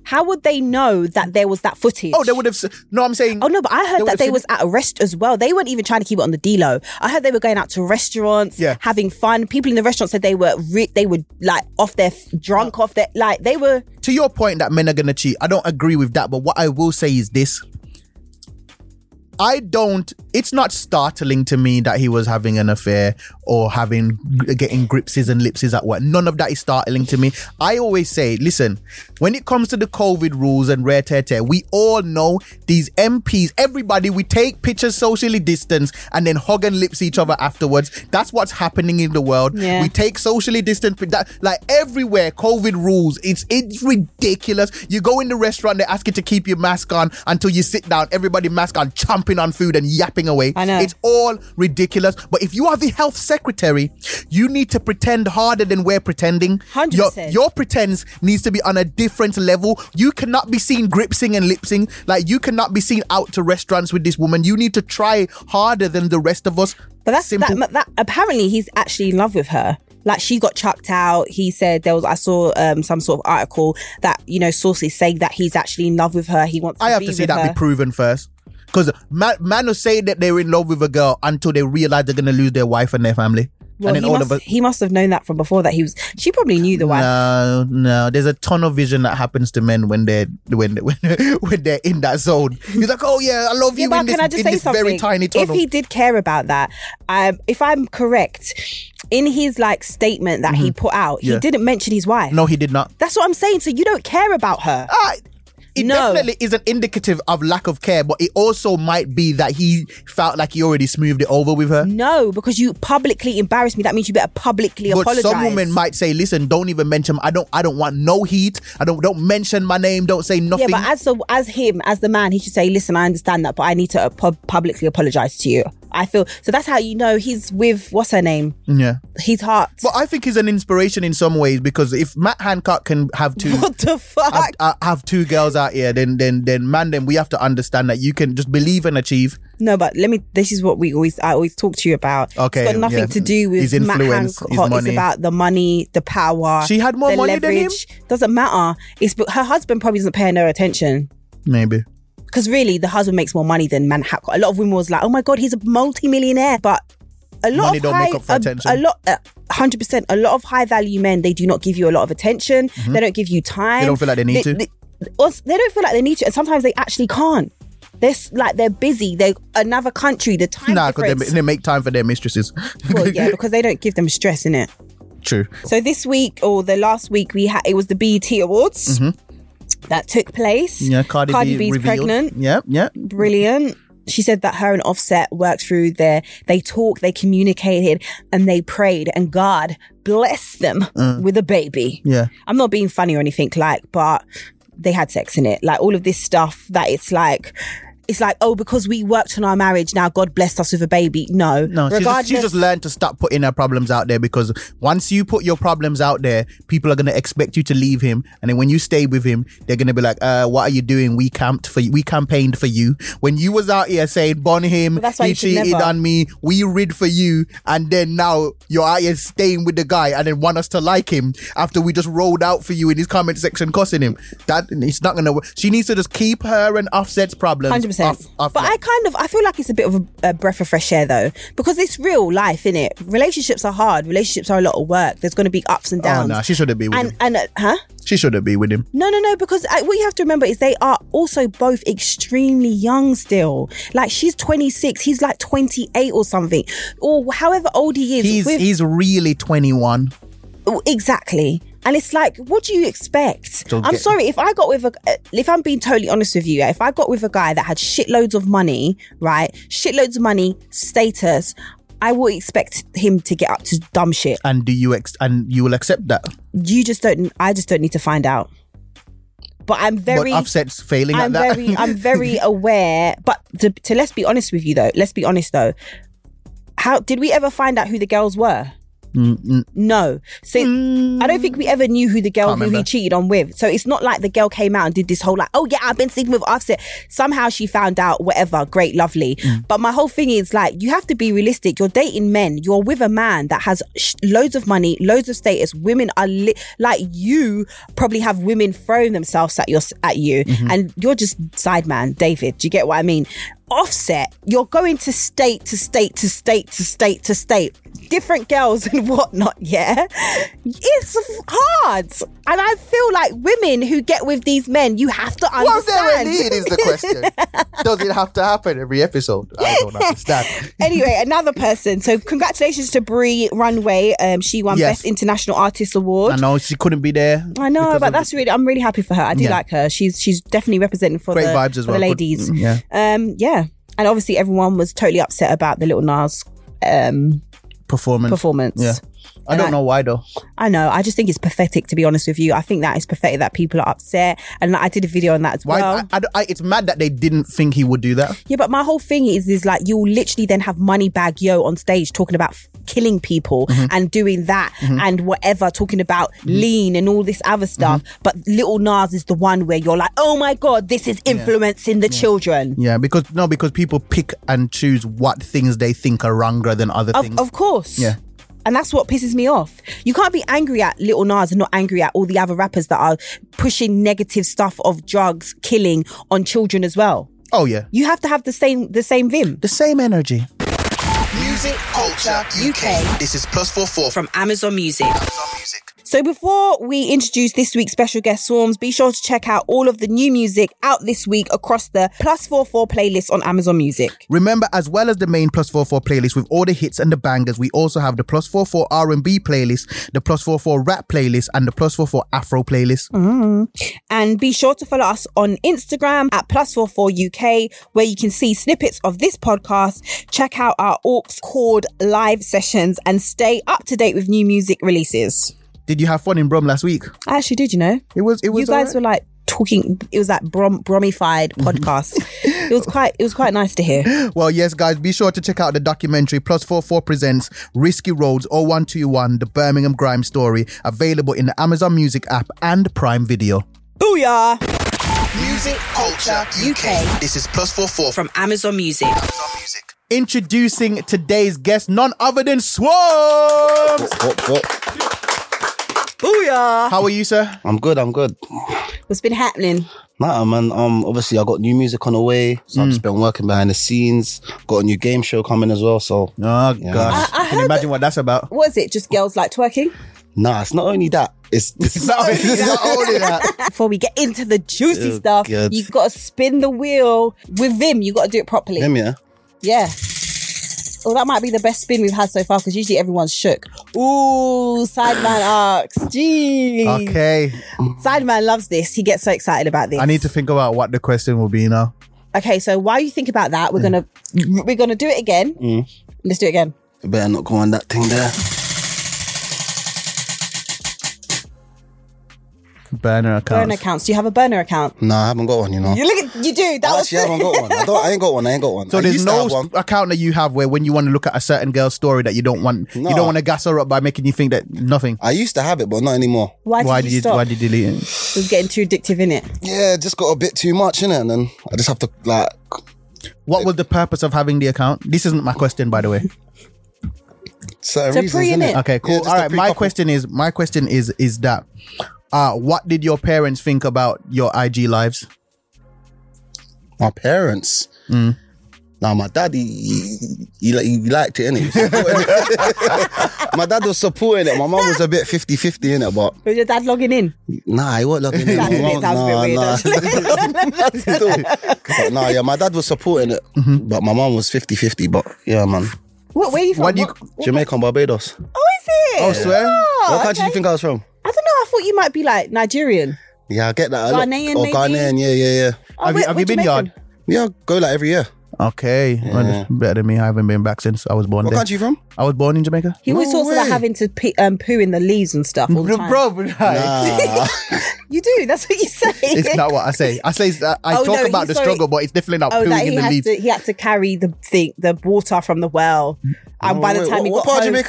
Speaker 2: How would they know that there was that footage?
Speaker 1: oh, they would have. s- No, I'm saying.
Speaker 2: Oh no, but I heard
Speaker 1: would
Speaker 2: that
Speaker 1: have
Speaker 2: they
Speaker 1: seen
Speaker 2: was at a rest as well. They weren't even trying to keep it on the D low. I heard they were going out to restaurants,
Speaker 1: Yeah.
Speaker 2: having fun. People in the restaurant said they were re- they were like off their f- drunk, off their like they were.
Speaker 1: to your point that men are gonna cheat, I don't agree with that. But what I will say is this: I don't. It's not startling to me that he was having an affair or having getting gripses and lipses at work. None of that is startling to me. I always say, listen, when it comes to the COVID rules and rare tear tear, we all know these MPs, everybody, we take pictures socially distanced and then hug and lips each other afterwards. That's what's happening in the world.
Speaker 2: Yeah.
Speaker 1: We take socially distant pi- that like everywhere covid rules it's it's ridiculous you go in the restaurant they ask you to keep your mask on until you sit down everybody mask on chomping on food and yapping away
Speaker 2: I know.
Speaker 1: it's all ridiculous but if you are the health secretary you need to pretend harder than we're pretending
Speaker 2: 100%.
Speaker 1: your, your pretense needs to be on a different level you cannot be seen gripsing and lipsing like you cannot be seen out to restaurants with this woman you need to try harder than the rest of us
Speaker 2: But that's
Speaker 1: Simple.
Speaker 2: that, that. Apparently, he's actually in love with her. Like she got chucked out. He said there was. I saw um, some sort of article that you know sources saying that he's actually in love with her. He wants.
Speaker 1: I have
Speaker 2: be
Speaker 1: to see
Speaker 2: with
Speaker 1: that
Speaker 2: her.
Speaker 1: be proven first. Because man, man will say that they're in love with a girl until they realize they're going to lose their wife and their family.
Speaker 2: Well,
Speaker 1: and then
Speaker 2: he,
Speaker 1: all
Speaker 2: must,
Speaker 1: of us.
Speaker 2: he must have known that from before that he was. She probably knew the wife.
Speaker 1: No, no. There's a ton of vision that happens to men when they're when when, when they're in that zone. He's like, oh yeah, I love
Speaker 2: Yeah,
Speaker 1: you in
Speaker 2: but
Speaker 1: this,
Speaker 2: can I just
Speaker 1: in
Speaker 2: say
Speaker 1: this
Speaker 2: something?
Speaker 1: very tiny
Speaker 2: if
Speaker 1: tunnel.
Speaker 2: he did care about that, um, if I'm correct, in his like statement that he put out,
Speaker 1: Mm-hmm. Yeah.
Speaker 2: he didn't mention his wife.
Speaker 1: no, he did not.
Speaker 2: That's what I'm saying. So you don't care about her.
Speaker 1: Ah, it
Speaker 2: No.
Speaker 1: definitely isn't indicative of lack of care, but it also might be that he felt like he already smoothed it over with her.
Speaker 2: No, because you publicly embarrassed me. That means you better publicly
Speaker 1: But
Speaker 2: apologize.
Speaker 1: some women might say, "Listen, don't even mention. I don't. I don't want no heat. I don't. Don't mention my name. Don't say
Speaker 2: yeah,
Speaker 1: nothing.
Speaker 2: but as the, as him, as the man, he should say, "Listen, I understand that, but I need to uh, pub- publicly apologize to you." I feel so. That's how you know he's with what's her name.
Speaker 1: yeah.
Speaker 2: His heart.
Speaker 1: But I think he's an inspiration in some ways because if Matt Hancock can have two
Speaker 2: What the fuck?
Speaker 1: have, uh, have two girls out here, then then then man, then we have to understand that you can just believe and achieve.
Speaker 2: No, but let me. This is what we always. I always talk to you about.
Speaker 1: Okay,
Speaker 2: it's got nothing
Speaker 1: yeah.
Speaker 2: to do with
Speaker 1: His
Speaker 2: Matt
Speaker 1: influence, his
Speaker 2: Hancock. It's
Speaker 1: money.
Speaker 2: about the money, the power.
Speaker 1: She had more
Speaker 2: the
Speaker 1: money than him?
Speaker 2: leverage. Doesn't matter. It's but her husband probably doesn't pay her no attention
Speaker 1: Maybe
Speaker 2: because really the husband makes more money than Matt Hancock. A lot of women was like, oh my god, he's a multi-millionaire, but. A lot
Speaker 1: Money
Speaker 2: of
Speaker 1: don't
Speaker 2: high,
Speaker 1: make up for
Speaker 2: a,
Speaker 1: attention.
Speaker 2: a lot, uh, hundred percent. A lot of high value men, they do not give you a lot of attention. They don't give you time.
Speaker 1: Mm-hmm. They don't feel like they need to.
Speaker 2: also, they don't feel like they need to, and sometimes they actually can't. They're s- like they're busy. They're another country. The time
Speaker 1: nah, because
Speaker 2: difference.
Speaker 1: they, they make time for their mistresses.
Speaker 2: Well, yeah, because they don't give them stress in it.
Speaker 1: True.
Speaker 2: So this week or the last week we had it was the BET Awards that took place.
Speaker 1: Mm-hmm. Yeah, Cardi, B
Speaker 2: B's
Speaker 1: revealed.
Speaker 2: pregnant.
Speaker 1: Yeah, yeah.
Speaker 2: Brilliant. She said that her and Offset worked through their. They talked, they communicated, and they prayed, and God blessed them
Speaker 1: Mm.
Speaker 2: with a baby.
Speaker 1: Yeah.
Speaker 2: I'm not being funny or anything like, but they had sex in it. Like all of this stuff that it's like it's like, oh, because we worked on our marriage, now God blessed us with a baby. No.
Speaker 1: No, she just, she just learned to stop putting her problems out there because once you put your problems out there, people are going to expect you to leave him. And then when you stay with him, they're going to be like, uh, what are you doing? We camped for you. We campaigned for you. When you was out here saying, bon him,
Speaker 2: Well, that's why
Speaker 1: he
Speaker 2: you should
Speaker 1: cheated
Speaker 2: never.
Speaker 1: on me, we rid for you. And then now you're out here staying with the guy and then want us to like him after we just rolled out for you in his comment section cussing him. That It's not going to work. She needs to just keep her and Offset's problems.
Speaker 2: Hundred percent.
Speaker 1: off- off
Speaker 2: But
Speaker 1: net.
Speaker 2: I kind of I feel like it's a bit of a, a breath of fresh air though, because it's real life, in it. Relationships are hard. Relationships are a lot of work. There's going to be ups and
Speaker 1: Oh,
Speaker 2: downs.
Speaker 1: no, she shouldn't be with
Speaker 2: and
Speaker 1: him.
Speaker 2: and uh, huh?
Speaker 1: She shouldn't be with him.
Speaker 2: No, no, no. Because uh what you have to remember is they are also both extremely young still. Like she's 26, he's like 28 or something, or however old he is.
Speaker 1: He's, e-
Speaker 2: With- oh,
Speaker 1: he's really 21.
Speaker 2: exactly. And it's like, what do you expect?
Speaker 1: Don't
Speaker 2: I'm
Speaker 1: get-
Speaker 2: sorry if I got with a, uh, if I'm being totally honest with you, yeah, if I got with a guy that had shitloads of money, right, shitloads of money, status, I would expect him to get up to dumb shit.
Speaker 1: and do you ex- and you will accept that
Speaker 2: You just don't. I just don't need to find out. But I'm very
Speaker 1: but offsets failing
Speaker 2: I'm
Speaker 1: at that
Speaker 2: very, I'm very aware. But to, to let's be honest with you though, let's be honest though. How did we ever find out who the girls were? No, so I don't think we ever knew who the girl
Speaker 1: Mm. Can't
Speaker 2: who he
Speaker 1: remember.
Speaker 2: cheated on with. So it's not like the girl came out and did this whole like, oh yeah, I've been sleeping with Offset. Somehow she found out, whatever, great, lovely.
Speaker 1: Mm.
Speaker 2: But my whole thing is like, you have to be realistic. You're dating men. You're with a man that has sh- loads of money, loads of status. Women are li- like you probably have women throwing themselves at your at you,
Speaker 1: Mm-hmm.
Speaker 2: and you're just sideman, David. Do you get what I mean? Offset, you're going to state to state to state to state to state, different girls and whatnot, yeah? It's hard. And I feel like women who get with these men, you have to
Speaker 1: was there a
Speaker 2: understand.
Speaker 1: need is the question does it have to happen every episode i don't understand
Speaker 2: anyway, another person. So congratulations to Brie Runway. Um, she won
Speaker 1: Yes.
Speaker 2: Best International Artist Award.
Speaker 1: i know she couldn't be there
Speaker 2: I know,
Speaker 1: because
Speaker 2: but
Speaker 1: of-
Speaker 2: that's really. I'm really happy for her. I do
Speaker 1: Yeah.
Speaker 2: like her. She's she's definitely representing for
Speaker 1: Great
Speaker 2: the,
Speaker 1: vibes as
Speaker 2: for
Speaker 1: well.
Speaker 2: the
Speaker 1: Good-
Speaker 2: ladies.
Speaker 1: mm, yeah.
Speaker 2: um, yeah. And obviously, everyone was totally upset about the little Nas um,
Speaker 1: performance
Speaker 2: performance.
Speaker 1: yeah i
Speaker 2: And
Speaker 1: don't
Speaker 2: I-
Speaker 1: know why though
Speaker 2: I know. I just think it's pathetic, to be honest with you. I think that is pathetic that people are upset, and like, I did a video on that as
Speaker 1: why
Speaker 2: well.
Speaker 1: I, I, I- it's mad that they didn't think he would do that
Speaker 2: yeah, but my whole thing is, is like you'll literally then have money bag yo on stage talking about f- killing people
Speaker 1: Mm-hmm.
Speaker 2: and doing that and whatever, talking about lean and all this other stuff.
Speaker 1: Mm-hmm.
Speaker 2: But Little Nas is the one where you're like, oh my god, this is influencing the children.
Speaker 1: yeah because no because people pick and choose what things they think are wronger than other
Speaker 2: Of,
Speaker 1: things
Speaker 2: of course.
Speaker 1: Yeah.
Speaker 2: And that's what pisses me off. You can't be angry at Little Nas and not angry at all the other rappers that are pushing negative stuff of drugs, killing on children as well.
Speaker 1: oh yeah
Speaker 2: You have to have the same the same vim.
Speaker 1: the same energy
Speaker 3: Music Culture
Speaker 2: UK.
Speaker 3: This is plus four four
Speaker 2: From Amazon Music.
Speaker 3: Amazon Music.
Speaker 2: So before we introduce this week's special guest Swarms, be sure to check out all of the new music out this week across the plus four four playlist on Amazon Music.
Speaker 1: Remember, as well as the main Plus 44 playlist with all the hits and the bangers, we also have the Plus 44 R&B playlist, the Plus 44 rap playlist, and the Plus 44 Afro playlist.
Speaker 2: Mm. And be sure to follow us on Instagram at plus four four UK, where you can see snippets of this podcast, check out our Orcs Chord live sessions, and stay up to date with new music releases.
Speaker 1: Did you have fun in Brom last week?
Speaker 2: I actually did, you know?
Speaker 1: It was. It was.
Speaker 2: you
Speaker 1: alright.
Speaker 2: guys were like talking it was that brom bromified podcast. it was quite it was quite nice to hear.
Speaker 1: Well, yes, guys, be sure to check out the documentary Plus 44 Presents Risky Roads 0121 The Birmingham Grime Story, available in the Amazon Music app and Prime Video.
Speaker 2: Booyah!
Speaker 3: Music Culture UK. This is plus four four
Speaker 2: From Amazon Music.
Speaker 3: Amazon Music.
Speaker 1: Introducing today's guest, none other than Swarms.
Speaker 4: What, what?
Speaker 2: Booyah!
Speaker 1: How are you, sir?
Speaker 4: I'm good, I'm good.
Speaker 2: What's been happening?
Speaker 4: Nah, man. Um, obviously, I got new music on the way, so I've just been working behind the scenes. Got a new game show coming as well. So,
Speaker 1: Oh gosh,
Speaker 2: I- I
Speaker 1: can you
Speaker 2: heard
Speaker 1: imagine what that's about?
Speaker 2: What is it? Just girls like twerking?
Speaker 4: nah, it's not only that. It's, it's
Speaker 1: Not only that.
Speaker 2: Before we get into the juicy
Speaker 4: Oh,
Speaker 2: stuff,
Speaker 4: God.
Speaker 2: you gotta spin the wheel with Vim. You gotta do it properly.
Speaker 4: Them, yeah.
Speaker 2: Yeah. Well, that might be the best spin we've had so far because usually everyone's shook. Ooh, Sideman arcs. Jeez.
Speaker 1: Okay,
Speaker 2: Sideman loves this. He gets so excited about this.
Speaker 1: I need to think about what the question will be now.
Speaker 2: okay, so while you think about that, we're
Speaker 1: Mm.
Speaker 2: gonna we're gonna do it again.
Speaker 4: Mm.
Speaker 2: Let's do it again.
Speaker 4: You better not go on that thing there.
Speaker 1: burner account.
Speaker 2: Burner accounts. Do you have a burner account?
Speaker 4: No, I haven't got one. You know,
Speaker 2: You look at you do. That
Speaker 4: I
Speaker 2: was
Speaker 4: actually haven't got one. I don't. I ain't got one. I ain't got one.
Speaker 1: So
Speaker 4: I
Speaker 1: there's
Speaker 4: used to
Speaker 1: no
Speaker 4: have one.
Speaker 1: s- account that you have where when you want to look at a certain girl's story that you don't want you
Speaker 4: No.
Speaker 1: don't want to gas her up by making you think that nothing.
Speaker 4: I used to have it, but not anymore.
Speaker 2: why did you stop?
Speaker 1: why did you delete it?
Speaker 2: it was getting too addictive in it.
Speaker 4: Yeah, it just got a bit too much in it, and then I just have to like.
Speaker 1: What was the purpose of having the account? This isn't my question, by the way.
Speaker 4: Certain
Speaker 2: It's a
Speaker 4: reasons,
Speaker 2: pre,
Speaker 4: innit?
Speaker 2: innit?
Speaker 1: Okay, cool.
Speaker 4: Yeah, just
Speaker 1: All
Speaker 4: a
Speaker 1: right, my
Speaker 4: pre-couple.
Speaker 1: question is my question is is that uh what did your parents think about your IG lives?
Speaker 4: My parents.
Speaker 1: Mm.
Speaker 4: Now my daddy, he, he, li- he liked it, innit? He supported it. my dad was supporting it. My mum was a bit 50-50 in it, but
Speaker 2: Was your dad logging in?
Speaker 4: nah, he wasn't looking in.
Speaker 2: That's a
Speaker 4: My
Speaker 2: bit,
Speaker 4: mum-
Speaker 2: that was a bit weird.
Speaker 4: nah, nah.
Speaker 2: actually.
Speaker 4: but nah, yeah, my dad was supporting it, but my mum was 50-50. But yeah, man,
Speaker 2: Mm-hmm. what? Where are you from?
Speaker 1: What do you-
Speaker 4: Jamaica and Barbados.
Speaker 2: Oh, is it?
Speaker 1: Oh, swear?
Speaker 2: Oh,
Speaker 4: what country do
Speaker 2: okay.
Speaker 4: you think I was from?
Speaker 2: I don't know. I thought you might be like Nigerian.
Speaker 4: Yeah, I get that. a lot.
Speaker 2: Ghanaian,
Speaker 4: or
Speaker 2: maybe?
Speaker 4: Ghanaian, yeah, yeah, yeah.
Speaker 2: Oh,
Speaker 1: Have you-
Speaker 2: we're-
Speaker 1: have
Speaker 2: we're
Speaker 1: you been
Speaker 2: Jamaican.
Speaker 1: yard?
Speaker 4: Yeah, I go like every year.
Speaker 1: Okay. Well, that's better than me. I haven't been back since I was born
Speaker 4: What
Speaker 1: there.
Speaker 4: country you from?
Speaker 1: I was born in Jamaica.
Speaker 2: He always
Speaker 4: No
Speaker 2: talks about
Speaker 4: way.
Speaker 2: having to pee, um, poo in the leaves and stuff. All the time.
Speaker 1: Bro, like,
Speaker 4: Nah,
Speaker 2: you do. That's what you say.
Speaker 1: it's not what I say. I say that I
Speaker 2: Oh,
Speaker 1: talk
Speaker 2: no,
Speaker 1: about
Speaker 2: he's
Speaker 1: the
Speaker 2: sorry.
Speaker 1: struggle, but it's definitely not
Speaker 2: Oh,
Speaker 1: pooing
Speaker 2: that he
Speaker 1: in the
Speaker 2: has
Speaker 1: leaves.
Speaker 2: to. He had to carry the thing, the water from the well, and by the
Speaker 4: Wait,
Speaker 2: time
Speaker 4: what,
Speaker 2: he
Speaker 4: what
Speaker 2: got
Speaker 4: part of
Speaker 2: home,
Speaker 4: Jamaica?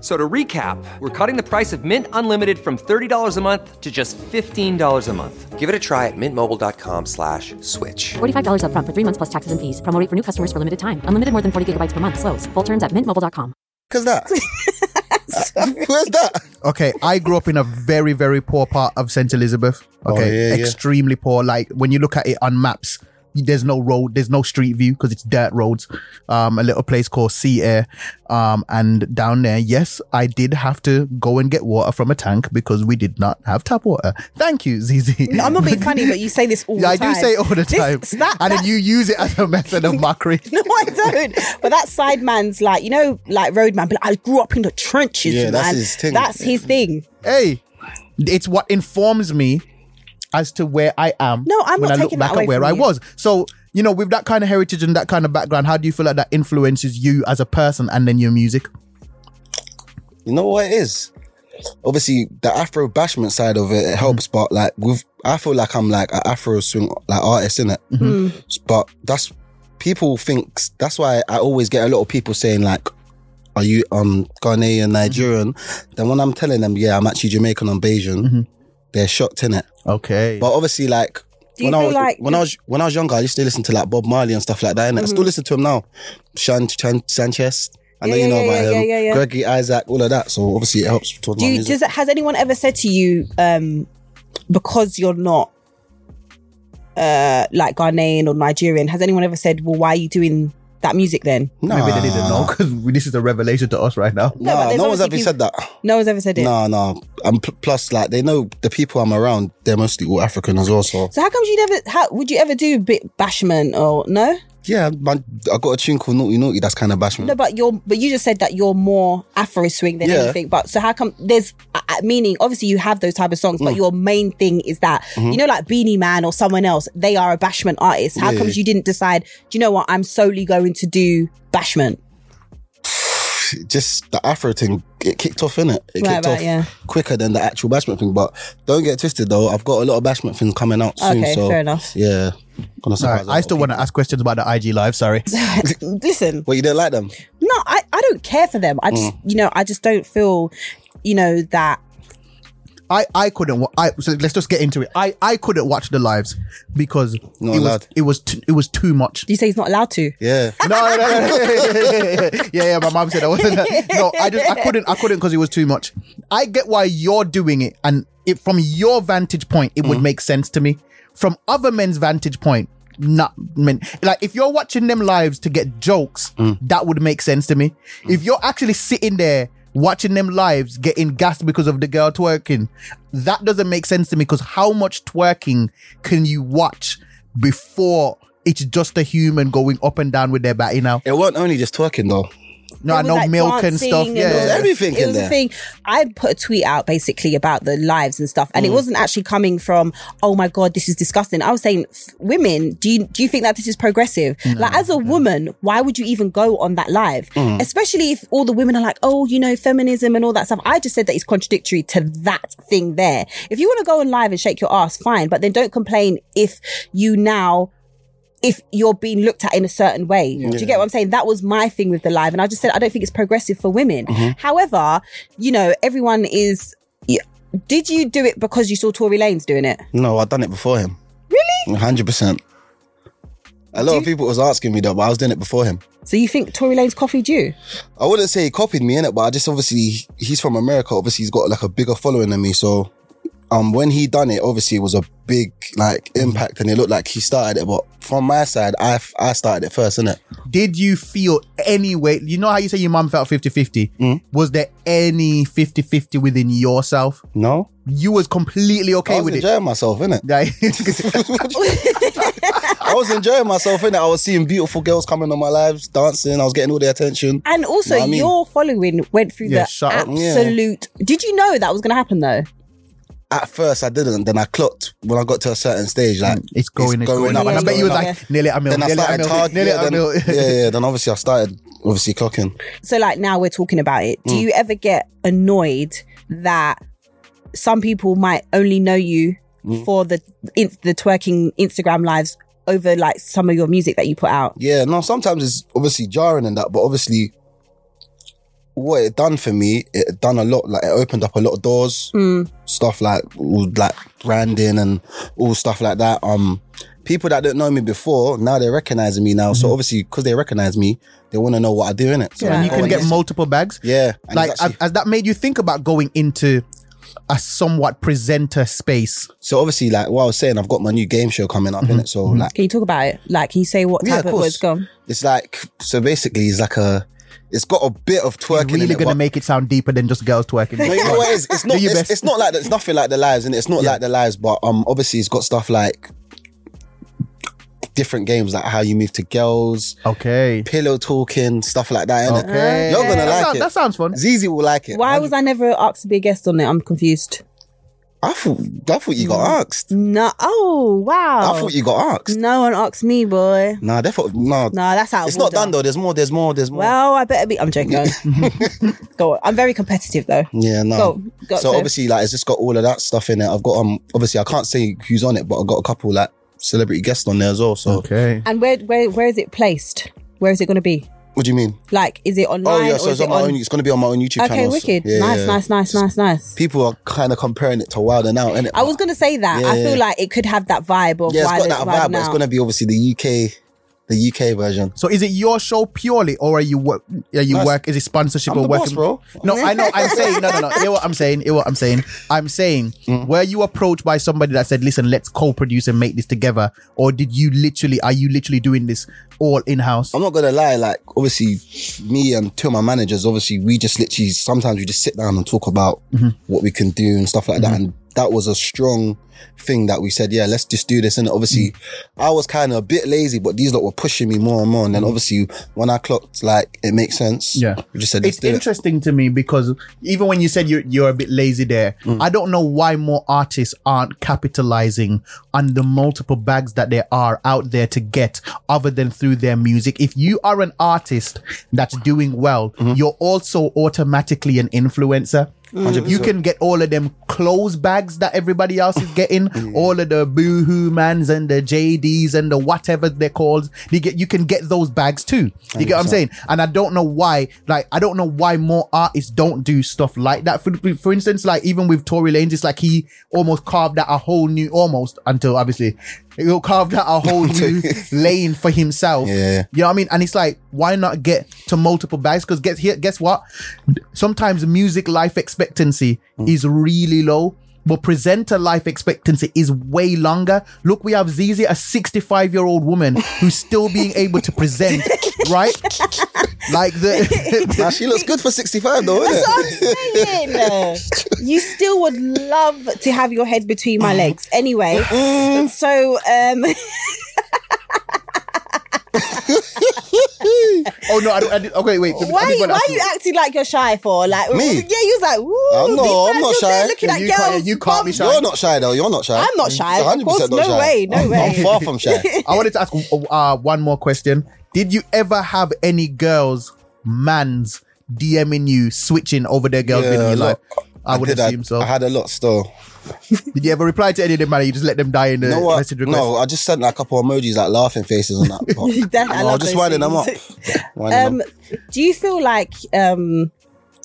Speaker 7: So to recap, we're cutting the price of Mint Unlimited from $30 a month to just $15 a month.
Speaker 8: Give it a try at mintmobile.com slash switch.
Speaker 9: $45 upfront for three months plus taxes and fees. Promo rate for new customers for limited time. Unlimited more than 40 gigabytes per month. Slows. Full terms at mintmobile.com.
Speaker 4: Cause that. Where's that?
Speaker 1: Okay, I grew up in a very, very poor part of St. Elizabeth.
Speaker 4: Oh,
Speaker 1: Okay,
Speaker 4: yeah, yeah.
Speaker 1: extremely poor. Like when you look at it on maps, there's no road, there's no street view because it's dirt roads. Um, a little place called Sea Air. Um, and down there, yes, I did have to go and get water from a tank because we did not have tap water. Thank you, Zizi.
Speaker 2: I'm not being funny, but you say this all
Speaker 1: yeah, I
Speaker 2: the time.
Speaker 1: do say it all the
Speaker 2: This-
Speaker 1: time,
Speaker 2: that-
Speaker 1: and
Speaker 2: that-
Speaker 1: then you use it as a method of mockery.
Speaker 2: No, I don't. But that sideman's like, you know, like roadman, but I grew up in the trenches,
Speaker 4: Yeah,
Speaker 2: man.
Speaker 4: that's his thing.
Speaker 2: That's his thing.
Speaker 1: hey, it's what informs me as to where I am.
Speaker 2: No, I'm
Speaker 1: when
Speaker 2: not
Speaker 1: I look
Speaker 2: taking
Speaker 1: back
Speaker 2: that away
Speaker 1: at where
Speaker 2: from
Speaker 1: I
Speaker 2: you.
Speaker 1: was. So you know, with that kind of heritage and that kind of background, how do you feel like that influences you as a person and then your music?
Speaker 4: You know what it is? Obviously, the Afro bashment side of it, it helps, but like with I feel like I'm like an Afro swing like artist in it. But that's people think that's why I always get a lot of people saying like, "Are you um Ghanaian Nigerian?" Then when I'm telling them, "Yeah, I'm actually Jamaican and Bayesian," they're shocked in it.
Speaker 1: Okay.
Speaker 4: But obviously, like
Speaker 2: Do you
Speaker 4: when I
Speaker 2: feel
Speaker 4: was
Speaker 2: like-
Speaker 4: when I was when I was younger, I used to listen to like Bob Marley and stuff like that. And I still listen to him now. Shan, Chan Sanchez. I know
Speaker 2: Mm-hmm. Yeah, yeah,
Speaker 4: you know
Speaker 2: yeah,
Speaker 4: about
Speaker 2: yeah,
Speaker 4: him.
Speaker 2: yeah, yeah.
Speaker 4: Gregory Isaac, all of that. So obviously, it helps towards
Speaker 2: Do
Speaker 4: my
Speaker 2: you,
Speaker 4: music.
Speaker 2: does it, has anyone ever said to you, um, because you're not uh, like Ghanaian or Nigerian, has anyone ever said, well, why are you doing that music then?
Speaker 1: Maybe they didn't know because this is a revelation to us right now.
Speaker 2: No, but
Speaker 4: Nah, no,
Speaker 2: there's
Speaker 4: one's
Speaker 2: obviously
Speaker 4: ever said that.
Speaker 2: No one's ever said it.
Speaker 4: No, no. And pl- plus, like they know the people I'm around. They're mostly all African as well. So
Speaker 2: So how comes you never, how, would you ever do bit bashment or no?
Speaker 4: yeah, man, I got a tune called Naughty Naughty. That's kind of bashment.
Speaker 2: No, but you're, but you just said that you're more Afro swing than
Speaker 4: Yeah.
Speaker 2: anything. But so how come there's uh, uh, meaning? Obviously, you have those type of
Speaker 4: Mm.
Speaker 2: songs, but your main thing is that
Speaker 4: Mm-hmm.
Speaker 2: you know, like Beanie Man or someone else, they are a bashment artist. How
Speaker 4: Yeah.
Speaker 2: comes you didn't decide? Do you know what? I'm solely going to do bashment.
Speaker 4: just the Afro thing, it kicked off in it. It
Speaker 2: Right,
Speaker 4: kicked
Speaker 2: right,
Speaker 4: off
Speaker 2: yeah.
Speaker 4: quicker than the actual bashment thing. But don't get twisted though. I've got a lot of bashment things coming out soon.
Speaker 2: Okay,
Speaker 4: so
Speaker 2: fair enough.
Speaker 4: Yeah, gonna
Speaker 1: All right,
Speaker 4: surprise a lot
Speaker 1: I
Speaker 4: of
Speaker 1: still
Speaker 4: people.
Speaker 1: want to ask questions about the IG live. Sorry.
Speaker 2: Listen,
Speaker 4: Well, you didn't like them.
Speaker 2: no, I, I don't care for them. I just, you know, I just don't feel, you know, that
Speaker 1: I, I couldn't. Wa- I so let's just get into it. I, I couldn't watch the lives because
Speaker 4: Not
Speaker 1: it was
Speaker 4: allowed.
Speaker 1: it was too, it was too much.
Speaker 2: you say he's not allowed to.
Speaker 4: Yeah.
Speaker 1: No, no, no, no. yeah, yeah. My mom said I wasn't. No, I just I couldn't. I couldn't because it was too much. I get why you're doing it, and it from your vantage point, it would make sense to me. From other men's vantage point, not men. Like if you're watching them lives to get jokes, that would make sense to me. If you're actually sitting there watching them lives getting gassed because of the girl twerking, that doesn't make sense to me. Because how much twerking can you watch before? It's just a human going up and down with their batty now.
Speaker 4: It wasn't only just twerking though.
Speaker 1: No, I
Speaker 2: They
Speaker 1: know
Speaker 2: were, like,
Speaker 1: milk and
Speaker 2: dancing
Speaker 1: stuff. yeah,
Speaker 2: all
Speaker 1: yeah,
Speaker 4: There's
Speaker 2: that.
Speaker 1: yeah.
Speaker 4: everything
Speaker 2: It
Speaker 4: in
Speaker 2: was a
Speaker 4: there.
Speaker 2: thing. I put a tweet out basically about the lives and stuff, and it wasn't actually coming from, "Oh my god, this is disgusting." I was saying, f- "Women, do you do you think that this is progressive? like, as a woman, why would you even go on that live? Especially if all the women are like, "Oh, you know, feminism and all that stuff." I just said that it's contradictory to that thing there. If you want to go on live and shake your ass, fine, but then don't complain if you now if you're being looked at in a certain way. Do you get what I'm saying? That was my thing with the live. And I just said, I don't think it's progressive for women. However, you know, everyone is. y- Did you do it because you saw Tory Lanes doing it?
Speaker 4: No, I've done it before him. Really? 100%. A lot of people was asking me though, but I was doing it before him.
Speaker 2: So you think Tory Lanes copied you?
Speaker 4: I wouldn't say he copied me in it, but I just obviously he's from America. Obviously, he's got like a bigger following than me. So, um, when he done it, obviously it was a big like impact, and it looked like he started it. But from my side, I f- I started it first, innit?
Speaker 1: Did you feel any way? You know how you say your mum felt 50 50? Was there any 50 50 within yourself?
Speaker 4: No,
Speaker 1: You was completely
Speaker 4: I
Speaker 1: okay
Speaker 4: was
Speaker 1: with it.
Speaker 4: enjoying myself, innit?
Speaker 1: Like,
Speaker 4: I was enjoying myself, innit? I was seeing beautiful girls coming on my lives, dancing. I was getting all their attention.
Speaker 2: And also,
Speaker 4: Know what I mean?
Speaker 2: your following went through
Speaker 1: Yeah,
Speaker 2: the
Speaker 1: shut up.
Speaker 4: Yeah.
Speaker 2: absolute. Did you know that was going to happen though?
Speaker 4: At first, I didn't. Then I clocked when I got to a certain stage, like
Speaker 1: it's going, it's going, up.
Speaker 2: up,
Speaker 1: and I
Speaker 4: it's
Speaker 1: bet you was
Speaker 4: going
Speaker 2: up.
Speaker 1: like, nearly a mil,
Speaker 4: then I
Speaker 1: Mm. nearly a
Speaker 4: started
Speaker 1: mil,
Speaker 4: targeting.
Speaker 1: nearly
Speaker 4: Yeah,
Speaker 1: a mil.
Speaker 4: then- yeah, yeah. Then obviously I started obviously clocking.
Speaker 2: so like now we're talking about it
Speaker 4: Mm.
Speaker 2: do you ever get annoyed that some people might only know you
Speaker 4: Mm.
Speaker 2: for the in, the twerking instagram lives over like some of your music that you put out
Speaker 4: Yeah, no, sometimes it's obviously jarring and that, but obviously what it done for me, it done a lot. Like it opened up a lot of doors, stuff like all, like branding and all stuff like that. Um, people that didn't know me before now they're recognizing me now. So obviously because they recognize me, they want to know what I do in it. So
Speaker 1: And you
Speaker 4: go
Speaker 1: can
Speaker 4: and
Speaker 1: get multiple bags.
Speaker 4: yeah, and
Speaker 1: Like,
Speaker 4: it's actually-
Speaker 1: as that made you think about going into a somewhat presenter space?
Speaker 4: so obviously like what I was saying, I've got my new game show coming up in it. So like
Speaker 2: can you talk about it like can you say what
Speaker 4: Yeah,
Speaker 2: type
Speaker 4: of
Speaker 2: of
Speaker 4: course.
Speaker 2: words gone
Speaker 4: it's like so basically it's like a it's got a bit of twerking. in
Speaker 1: Really
Speaker 4: it,
Speaker 1: going to
Speaker 4: but-
Speaker 1: make it sound deeper than just girls twerking.
Speaker 4: No, you know what it is? It's not.
Speaker 1: Do your
Speaker 4: It's,
Speaker 1: best.
Speaker 4: it's not like it's nothing like the lives, and it's not like the lives. But um, obviously, it's got stuff like different games, like how you move to girls,
Speaker 1: Okay.
Speaker 4: pillow talking, stuff like that. innit?
Speaker 1: Okay.
Speaker 4: you're gonna
Speaker 1: That
Speaker 4: like
Speaker 1: sound-
Speaker 4: it.
Speaker 1: that sounds fun.
Speaker 4: Zizi will like it.
Speaker 2: why
Speaker 4: I-
Speaker 2: was i never asked to be a guest on it i'm confused
Speaker 4: I thought I thought you got asked.
Speaker 2: no oh wow
Speaker 4: I thought you got asked.
Speaker 2: no one asked me boy
Speaker 4: Nah, they thought nah.
Speaker 2: no that's out of
Speaker 4: it's not
Speaker 2: order.
Speaker 4: done though. There's more. There's more. There's more.
Speaker 2: well i better be i'm joking go on. Go on. i'm very competitive though
Speaker 4: yeah, no.
Speaker 2: go, go
Speaker 4: so
Speaker 2: so.
Speaker 4: obviously, like, it's just got all of that stuff in it. I've got um, obviously, I can't say who's on it, but I've got a couple like celebrity guests on there as well. So,
Speaker 1: Okay.
Speaker 2: And where where where is it placed? Where is it going to be?
Speaker 4: what do you mean?
Speaker 2: Like, is it online?
Speaker 4: Oh yeah,
Speaker 2: or
Speaker 4: so
Speaker 2: is
Speaker 4: it's
Speaker 2: it
Speaker 4: on my own. It's gonna be on my own YouTube
Speaker 2: okay,
Speaker 4: channel. so-
Speaker 2: wicked.
Speaker 4: yeah,
Speaker 2: nice,
Speaker 4: yeah.
Speaker 2: nice, nice, nice, nice.
Speaker 4: people are kind of comparing it to Wild and Out, innit?
Speaker 2: I was going to say that.
Speaker 4: Yeah,
Speaker 2: I feel
Speaker 4: yeah.
Speaker 2: like it could have that vibe of
Speaker 4: yeah, it's
Speaker 2: why
Speaker 4: got
Speaker 2: the-
Speaker 4: that
Speaker 2: why
Speaker 4: vibe, but it's
Speaker 2: now.
Speaker 4: gonna be obviously the UK, the UK version.
Speaker 1: So is it your show purely, or are you work? Are you
Speaker 4: No,
Speaker 1: work? Is it sponsorship
Speaker 4: I'm
Speaker 1: or
Speaker 4: the
Speaker 1: working?
Speaker 4: boss, bro.
Speaker 1: No, I know. I'm saying no, no, no. Hear what I'm saying. Hear what I'm saying. I'm saying,
Speaker 4: Mm.
Speaker 1: were you approached by somebody that said, "Listen, let's co-produce and make this together," or did you literally? Are you literally doing this all in house?
Speaker 4: I'm not gonna lie, like obviously me and two of my managers, obviously we just literally sometimes we just sit down and talk about
Speaker 2: Mm-hmm.
Speaker 4: what we can do and stuff like that. And that was a strong thing that we said, yeah, let's just do this. And
Speaker 2: Mm.
Speaker 4: obviously I was kind of a bit lazy, but these lot were pushing me more and more. And
Speaker 2: Mm.
Speaker 4: then obviously when I clocked, like it makes sense.
Speaker 1: Yeah.
Speaker 4: We just said let's
Speaker 1: It's
Speaker 4: do it.
Speaker 1: interesting to me because even when you said you're, you're a bit lazy there,
Speaker 4: Mm.
Speaker 1: I don't know why more artists aren't capitalizing on the multiple bags that there are out there to get other than through their music. If you
Speaker 4: Mm-hmm.
Speaker 1: are an artist that's doing well, you're also automatically an influencer. You can get all of them clothes bags that everybody else is getting, all of the boohoo mans and the JDs and the whatever they're called. You get you can get those bags too. You get what I'm saying? And I don't know why, like I don't know why more artists don't do stuff like that. For, for instance, like even with Tory Lanez, it's like he almost carved out a whole new almost until obviously he carved out a whole new lane for himself.
Speaker 4: Yeah.
Speaker 1: You know what I mean? And it's like, why not get to multiple bags? Because guess here, guess what? Sometimes music life expectancy
Speaker 2: Mm.
Speaker 1: is really low. But presenter life expectancy is way longer. Look, we have Zizi, a 65 year old woman who's still being able to present, right? Like the
Speaker 4: Nah, she looks good for 65 though, isn't
Speaker 2: That's
Speaker 4: it?
Speaker 2: what I'm saying. you still would love to have your head between my legs. Anyway,
Speaker 4: Mm-hmm.
Speaker 2: so um,
Speaker 1: oh no, I don't. I did, okay, wait. I did
Speaker 2: why,
Speaker 1: wanna
Speaker 2: why
Speaker 1: ask
Speaker 2: are you acting like you're shy for? Like,
Speaker 4: Me?
Speaker 2: yeah, you was like, Ooh,
Speaker 4: I'm not-
Speaker 2: these
Speaker 4: I'm
Speaker 2: times
Speaker 4: not
Speaker 2: you're there
Speaker 4: shy.
Speaker 2: Looking
Speaker 1: You
Speaker 2: at
Speaker 1: can't-
Speaker 2: girls,
Speaker 1: you can't be
Speaker 2: bum.
Speaker 1: shy.
Speaker 4: You're not shy though. You're not shy.
Speaker 2: I'm not shy. Of
Speaker 4: 100%
Speaker 2: course, no way, no
Speaker 4: I'm,
Speaker 2: way.
Speaker 4: I'm far from shy.
Speaker 1: I wanted to ask uh, one more question. Did you ever have any girls, mans, DMing you, switching over their girls in
Speaker 4: Yeah,
Speaker 1: your
Speaker 4: a
Speaker 1: life?
Speaker 4: lot.
Speaker 1: I, would
Speaker 4: did,
Speaker 1: assume so.
Speaker 4: I had a lot still.
Speaker 1: did you ever reply to any of them, man? You just let them die in the
Speaker 4: You know what?
Speaker 1: message request?
Speaker 4: No, I just sent like a couple emojis like laughing faces and that. But,
Speaker 2: That- I
Speaker 4: no,
Speaker 2: love
Speaker 4: just
Speaker 2: those
Speaker 4: winding them up.
Speaker 2: things.
Speaker 4: Winding
Speaker 2: Um,
Speaker 4: them up.
Speaker 2: do you feel like um,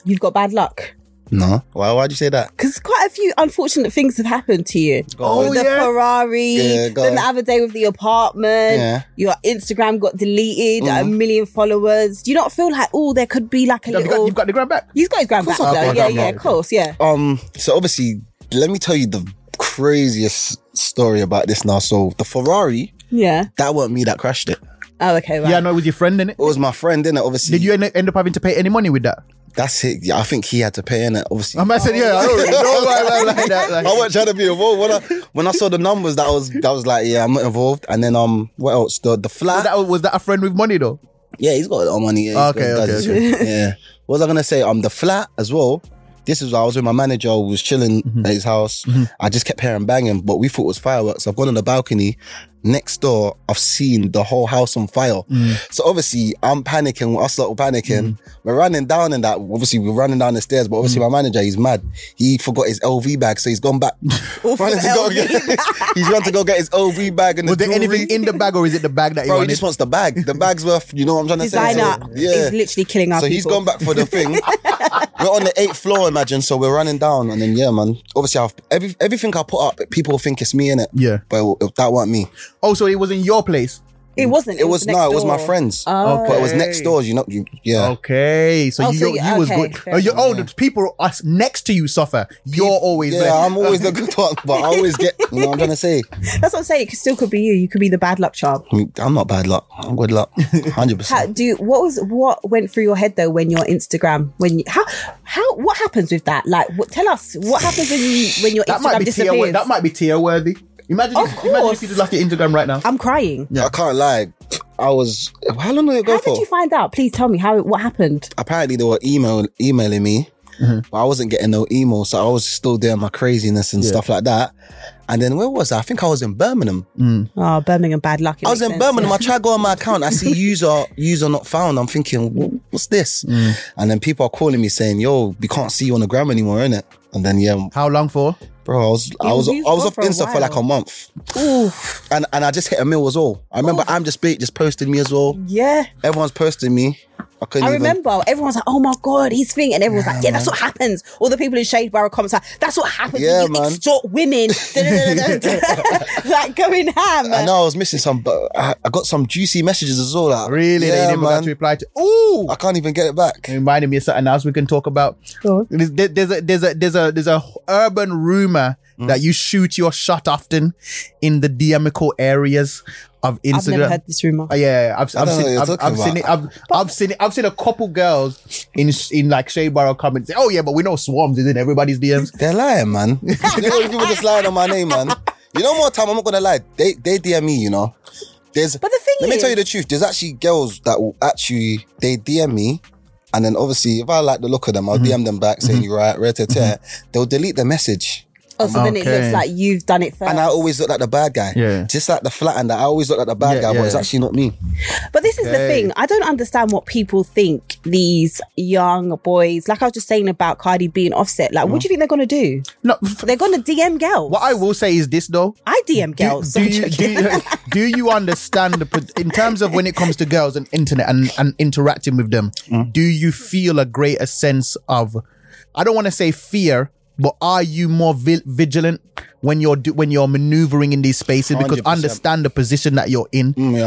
Speaker 2: you've got bad luck?
Speaker 4: No, why? Why'd you say that?
Speaker 2: Because quite a few unfortunate things have happened to you.
Speaker 1: Oh,
Speaker 2: with the
Speaker 1: yeah.
Speaker 2: Ferrari,
Speaker 4: Yeah, go
Speaker 2: then the
Speaker 4: on.
Speaker 2: other day with the apartment,
Speaker 4: Yeah. Mm.
Speaker 2: your Instagram got deleted, a million followers. Do you not feel like, oh, there could be like a
Speaker 1: You've
Speaker 2: little?
Speaker 1: got, you've got the grand back.
Speaker 2: He's got his grand back though.
Speaker 1: I've got
Speaker 2: yeah,
Speaker 1: my
Speaker 2: yeah,
Speaker 1: grandback.
Speaker 2: of course, yeah.
Speaker 4: Um, so obviously, let me tell you the craziest story about this now. So the Ferrari,
Speaker 2: Yeah.
Speaker 4: that weren't me that crashed it.
Speaker 2: Oh, okay, right.
Speaker 1: Yeah, I know it was your friend, innit?
Speaker 4: It was my friend, innit? Obviously,
Speaker 1: Did you end, end up having to pay any money with that?
Speaker 4: that's it. Yeah, I think he had to pay, innit? Obviously,
Speaker 1: I might said, yeah, I don't really know why I like that. Like,
Speaker 4: I wasn't trying to be involved. When I, when I saw the numbers, that was that was like, yeah, I'm not involved. And then um, what else? The the
Speaker 1: was,
Speaker 4: flat.
Speaker 1: that, was that a friend with money though?
Speaker 4: yeah, he's got his own money. Yeah, he's
Speaker 1: Okay,
Speaker 4: got- does
Speaker 1: okay,
Speaker 4: his thing. yeah. What was I gonna say? Um, the flat as well. This is I was with my manager. I was chilling
Speaker 1: Mm-hmm.
Speaker 4: at his house. I just kept hearing banging, but we thought it was fireworks. I've gone on the balcony. Next door, I've seen the whole house on fire.
Speaker 1: Mm.
Speaker 4: So obviously, I'm panicking. Us lot were panicking. We're running down and that. Obviously, we're running down the stairs. But
Speaker 1: Mm.
Speaker 4: obviously, my manager, he's mad. He forgot his LV bag, so he's gone back. running to go get, he's run to go get his LV bag and
Speaker 1: Was
Speaker 4: the
Speaker 1: there anything
Speaker 4: jewelry.
Speaker 1: in the bag or is it the bag that you
Speaker 4: Bro, he
Speaker 1: wanted?
Speaker 4: just wants the bag. The bag's worth, you know what I'm trying to
Speaker 2: Designer
Speaker 4: say? So, yeah.
Speaker 2: is literally killing our
Speaker 4: So he's
Speaker 2: people.
Speaker 4: gone back for the thing. we're on the eighth floor, imagine. So we're running down, and then yeah, man. Obviously, I've, every everything I put up, people think it's me in it.
Speaker 1: Yeah.
Speaker 4: but it- that weren't me.
Speaker 1: oh, so it was in your place.
Speaker 2: It wasn't. It,
Speaker 4: It was
Speaker 2: next
Speaker 4: no, it was
Speaker 2: door.
Speaker 4: my friends.
Speaker 1: Okay.
Speaker 4: But it was next door. You know, you, yeah.
Speaker 1: Okay, so
Speaker 2: Oh,
Speaker 1: you
Speaker 2: so
Speaker 1: you,
Speaker 2: you-
Speaker 1: was
Speaker 2: okay,
Speaker 1: good.
Speaker 2: fair
Speaker 1: Oh, you- oh, the people us next to you suffer. You're always
Speaker 4: Yeah,
Speaker 1: blessed.
Speaker 4: I'm always the good one, but I always get. You know what I'm trying to say?
Speaker 2: That's what I'm saying. It could, still could be you. You could be the bad luck child.
Speaker 4: I mean, I'm not bad luck. I'm good luck, hundred
Speaker 2: How,
Speaker 4: percent.
Speaker 2: do you- what was what went through your head though when your Instagram when you, how how what happens with that? Like, what, tell us what happens when you when your
Speaker 1: that
Speaker 2: Instagram
Speaker 1: might be tear. wor-
Speaker 2: disappears?
Speaker 1: That might be tear worthy. Imagine,
Speaker 2: Of
Speaker 1: if, imagine if you
Speaker 2: course.
Speaker 1: did like your Instagram right now.
Speaker 2: I'm crying.
Speaker 4: I can't lie. I was. How long did it go
Speaker 2: How
Speaker 4: for?
Speaker 2: did you find out? Please tell me how what happened.
Speaker 4: apparently they were email emailing me, but I wasn't getting no email, so I was still doing my craziness and stuff like that. And then where was I? I think I was in Birmingham.
Speaker 2: Oh, Birmingham bad luck. It
Speaker 4: I was
Speaker 2: makes
Speaker 4: in
Speaker 2: sense.
Speaker 4: Birmingham. I tried to go on my account. I see user user not found. I'm thinking, "Wh- what's this? And then people are calling me saying, "Yo, we can't see you on the gram anymore, innit?" And then yeah,
Speaker 1: How long for?
Speaker 4: bro, I was I
Speaker 2: You-
Speaker 4: was
Speaker 2: you've
Speaker 4: I was
Speaker 2: gone
Speaker 4: off
Speaker 2: for a
Speaker 4: Insta for
Speaker 2: while.
Speaker 4: like a month,
Speaker 2: Oof.
Speaker 4: and and I just hit a mill as well. I
Speaker 2: Oh.
Speaker 4: remember I'm just bait just posted me as well.
Speaker 2: Yeah.
Speaker 4: Everyone's posting me. I couldn't
Speaker 2: I
Speaker 4: even.
Speaker 2: remember everyone's like, "Oh my god, he's thing," and everyone's like, "Yeah, that's what happens." All the people in Shade Barrow comments like, "That's what happens
Speaker 4: Yeah,
Speaker 2: when you
Speaker 4: man.
Speaker 2: extort women." like going ham.
Speaker 4: I know I was missing some, but I, I got some juicy messages as well. Like,
Speaker 1: Really?
Speaker 4: yeah,
Speaker 1: they never got to
Speaker 4: man.
Speaker 1: reply to. Ooh,
Speaker 4: I can't even get it back.
Speaker 1: reminded me of something else we can talk about.
Speaker 2: Go on.
Speaker 1: There's, there- there's a there's a there's a there's a urban rumor
Speaker 2: Mm.
Speaker 1: that you shoot your shot often in the DMical areas of Instagram.
Speaker 2: I've never heard this rumor.
Speaker 1: Uh, yeah, yeah, I've,
Speaker 4: I
Speaker 1: I've
Speaker 4: don't know
Speaker 1: seen,
Speaker 4: what
Speaker 1: I've,
Speaker 4: you're
Speaker 1: I've
Speaker 4: talking
Speaker 1: seen it. I've, I've seen it. I've seen a couple girls in in like shade barrel comments. Say, oh yeah, but we know swarms is in everybody's DMs.
Speaker 4: They're lying, man. you know, people just lying on my name, man. You know, more time. I'm not gonna lie. They they DM me. You know, there's.
Speaker 2: But the thing
Speaker 4: let me
Speaker 2: is-
Speaker 4: tell you the truth. There's actually girls that will actually they DM me, and
Speaker 1: Mm-hmm.
Speaker 4: then obviously if I like the look of them, I'll DM them back saying you're right, rare to tear. They'll delete the message.
Speaker 2: oh, Oh, so then it
Speaker 1: Okay.
Speaker 2: looks like you've done it first.
Speaker 4: And I always look like the bad guy.
Speaker 1: Yeah.
Speaker 4: Just like the flat and that. I always look like the bad
Speaker 1: Yeah,
Speaker 4: guy,
Speaker 1: yeah.
Speaker 4: but it's actually not me.
Speaker 2: But this is the
Speaker 1: Okay.
Speaker 2: thing. I don't understand what people think these young boys, like I was just saying about Cardi B and Offset, like, what do you think they're going to do?
Speaker 1: No,
Speaker 2: They're going to DM girls.
Speaker 1: Uh-huh. what I will say is this though.
Speaker 2: I DM
Speaker 1: Do,
Speaker 2: girls.
Speaker 1: do you, do, you, do you understand the, pot- in terms of when it comes to girls and internet and, and interacting with them?
Speaker 4: Mm.
Speaker 1: Do you feel a greater sense of, I don't want to say fear, but are you more vi- vigilant when you're do, when you're maneuvering in these spaces? Because
Speaker 4: 100%.
Speaker 1: understand the position that you're in.
Speaker 4: Mm, yeah,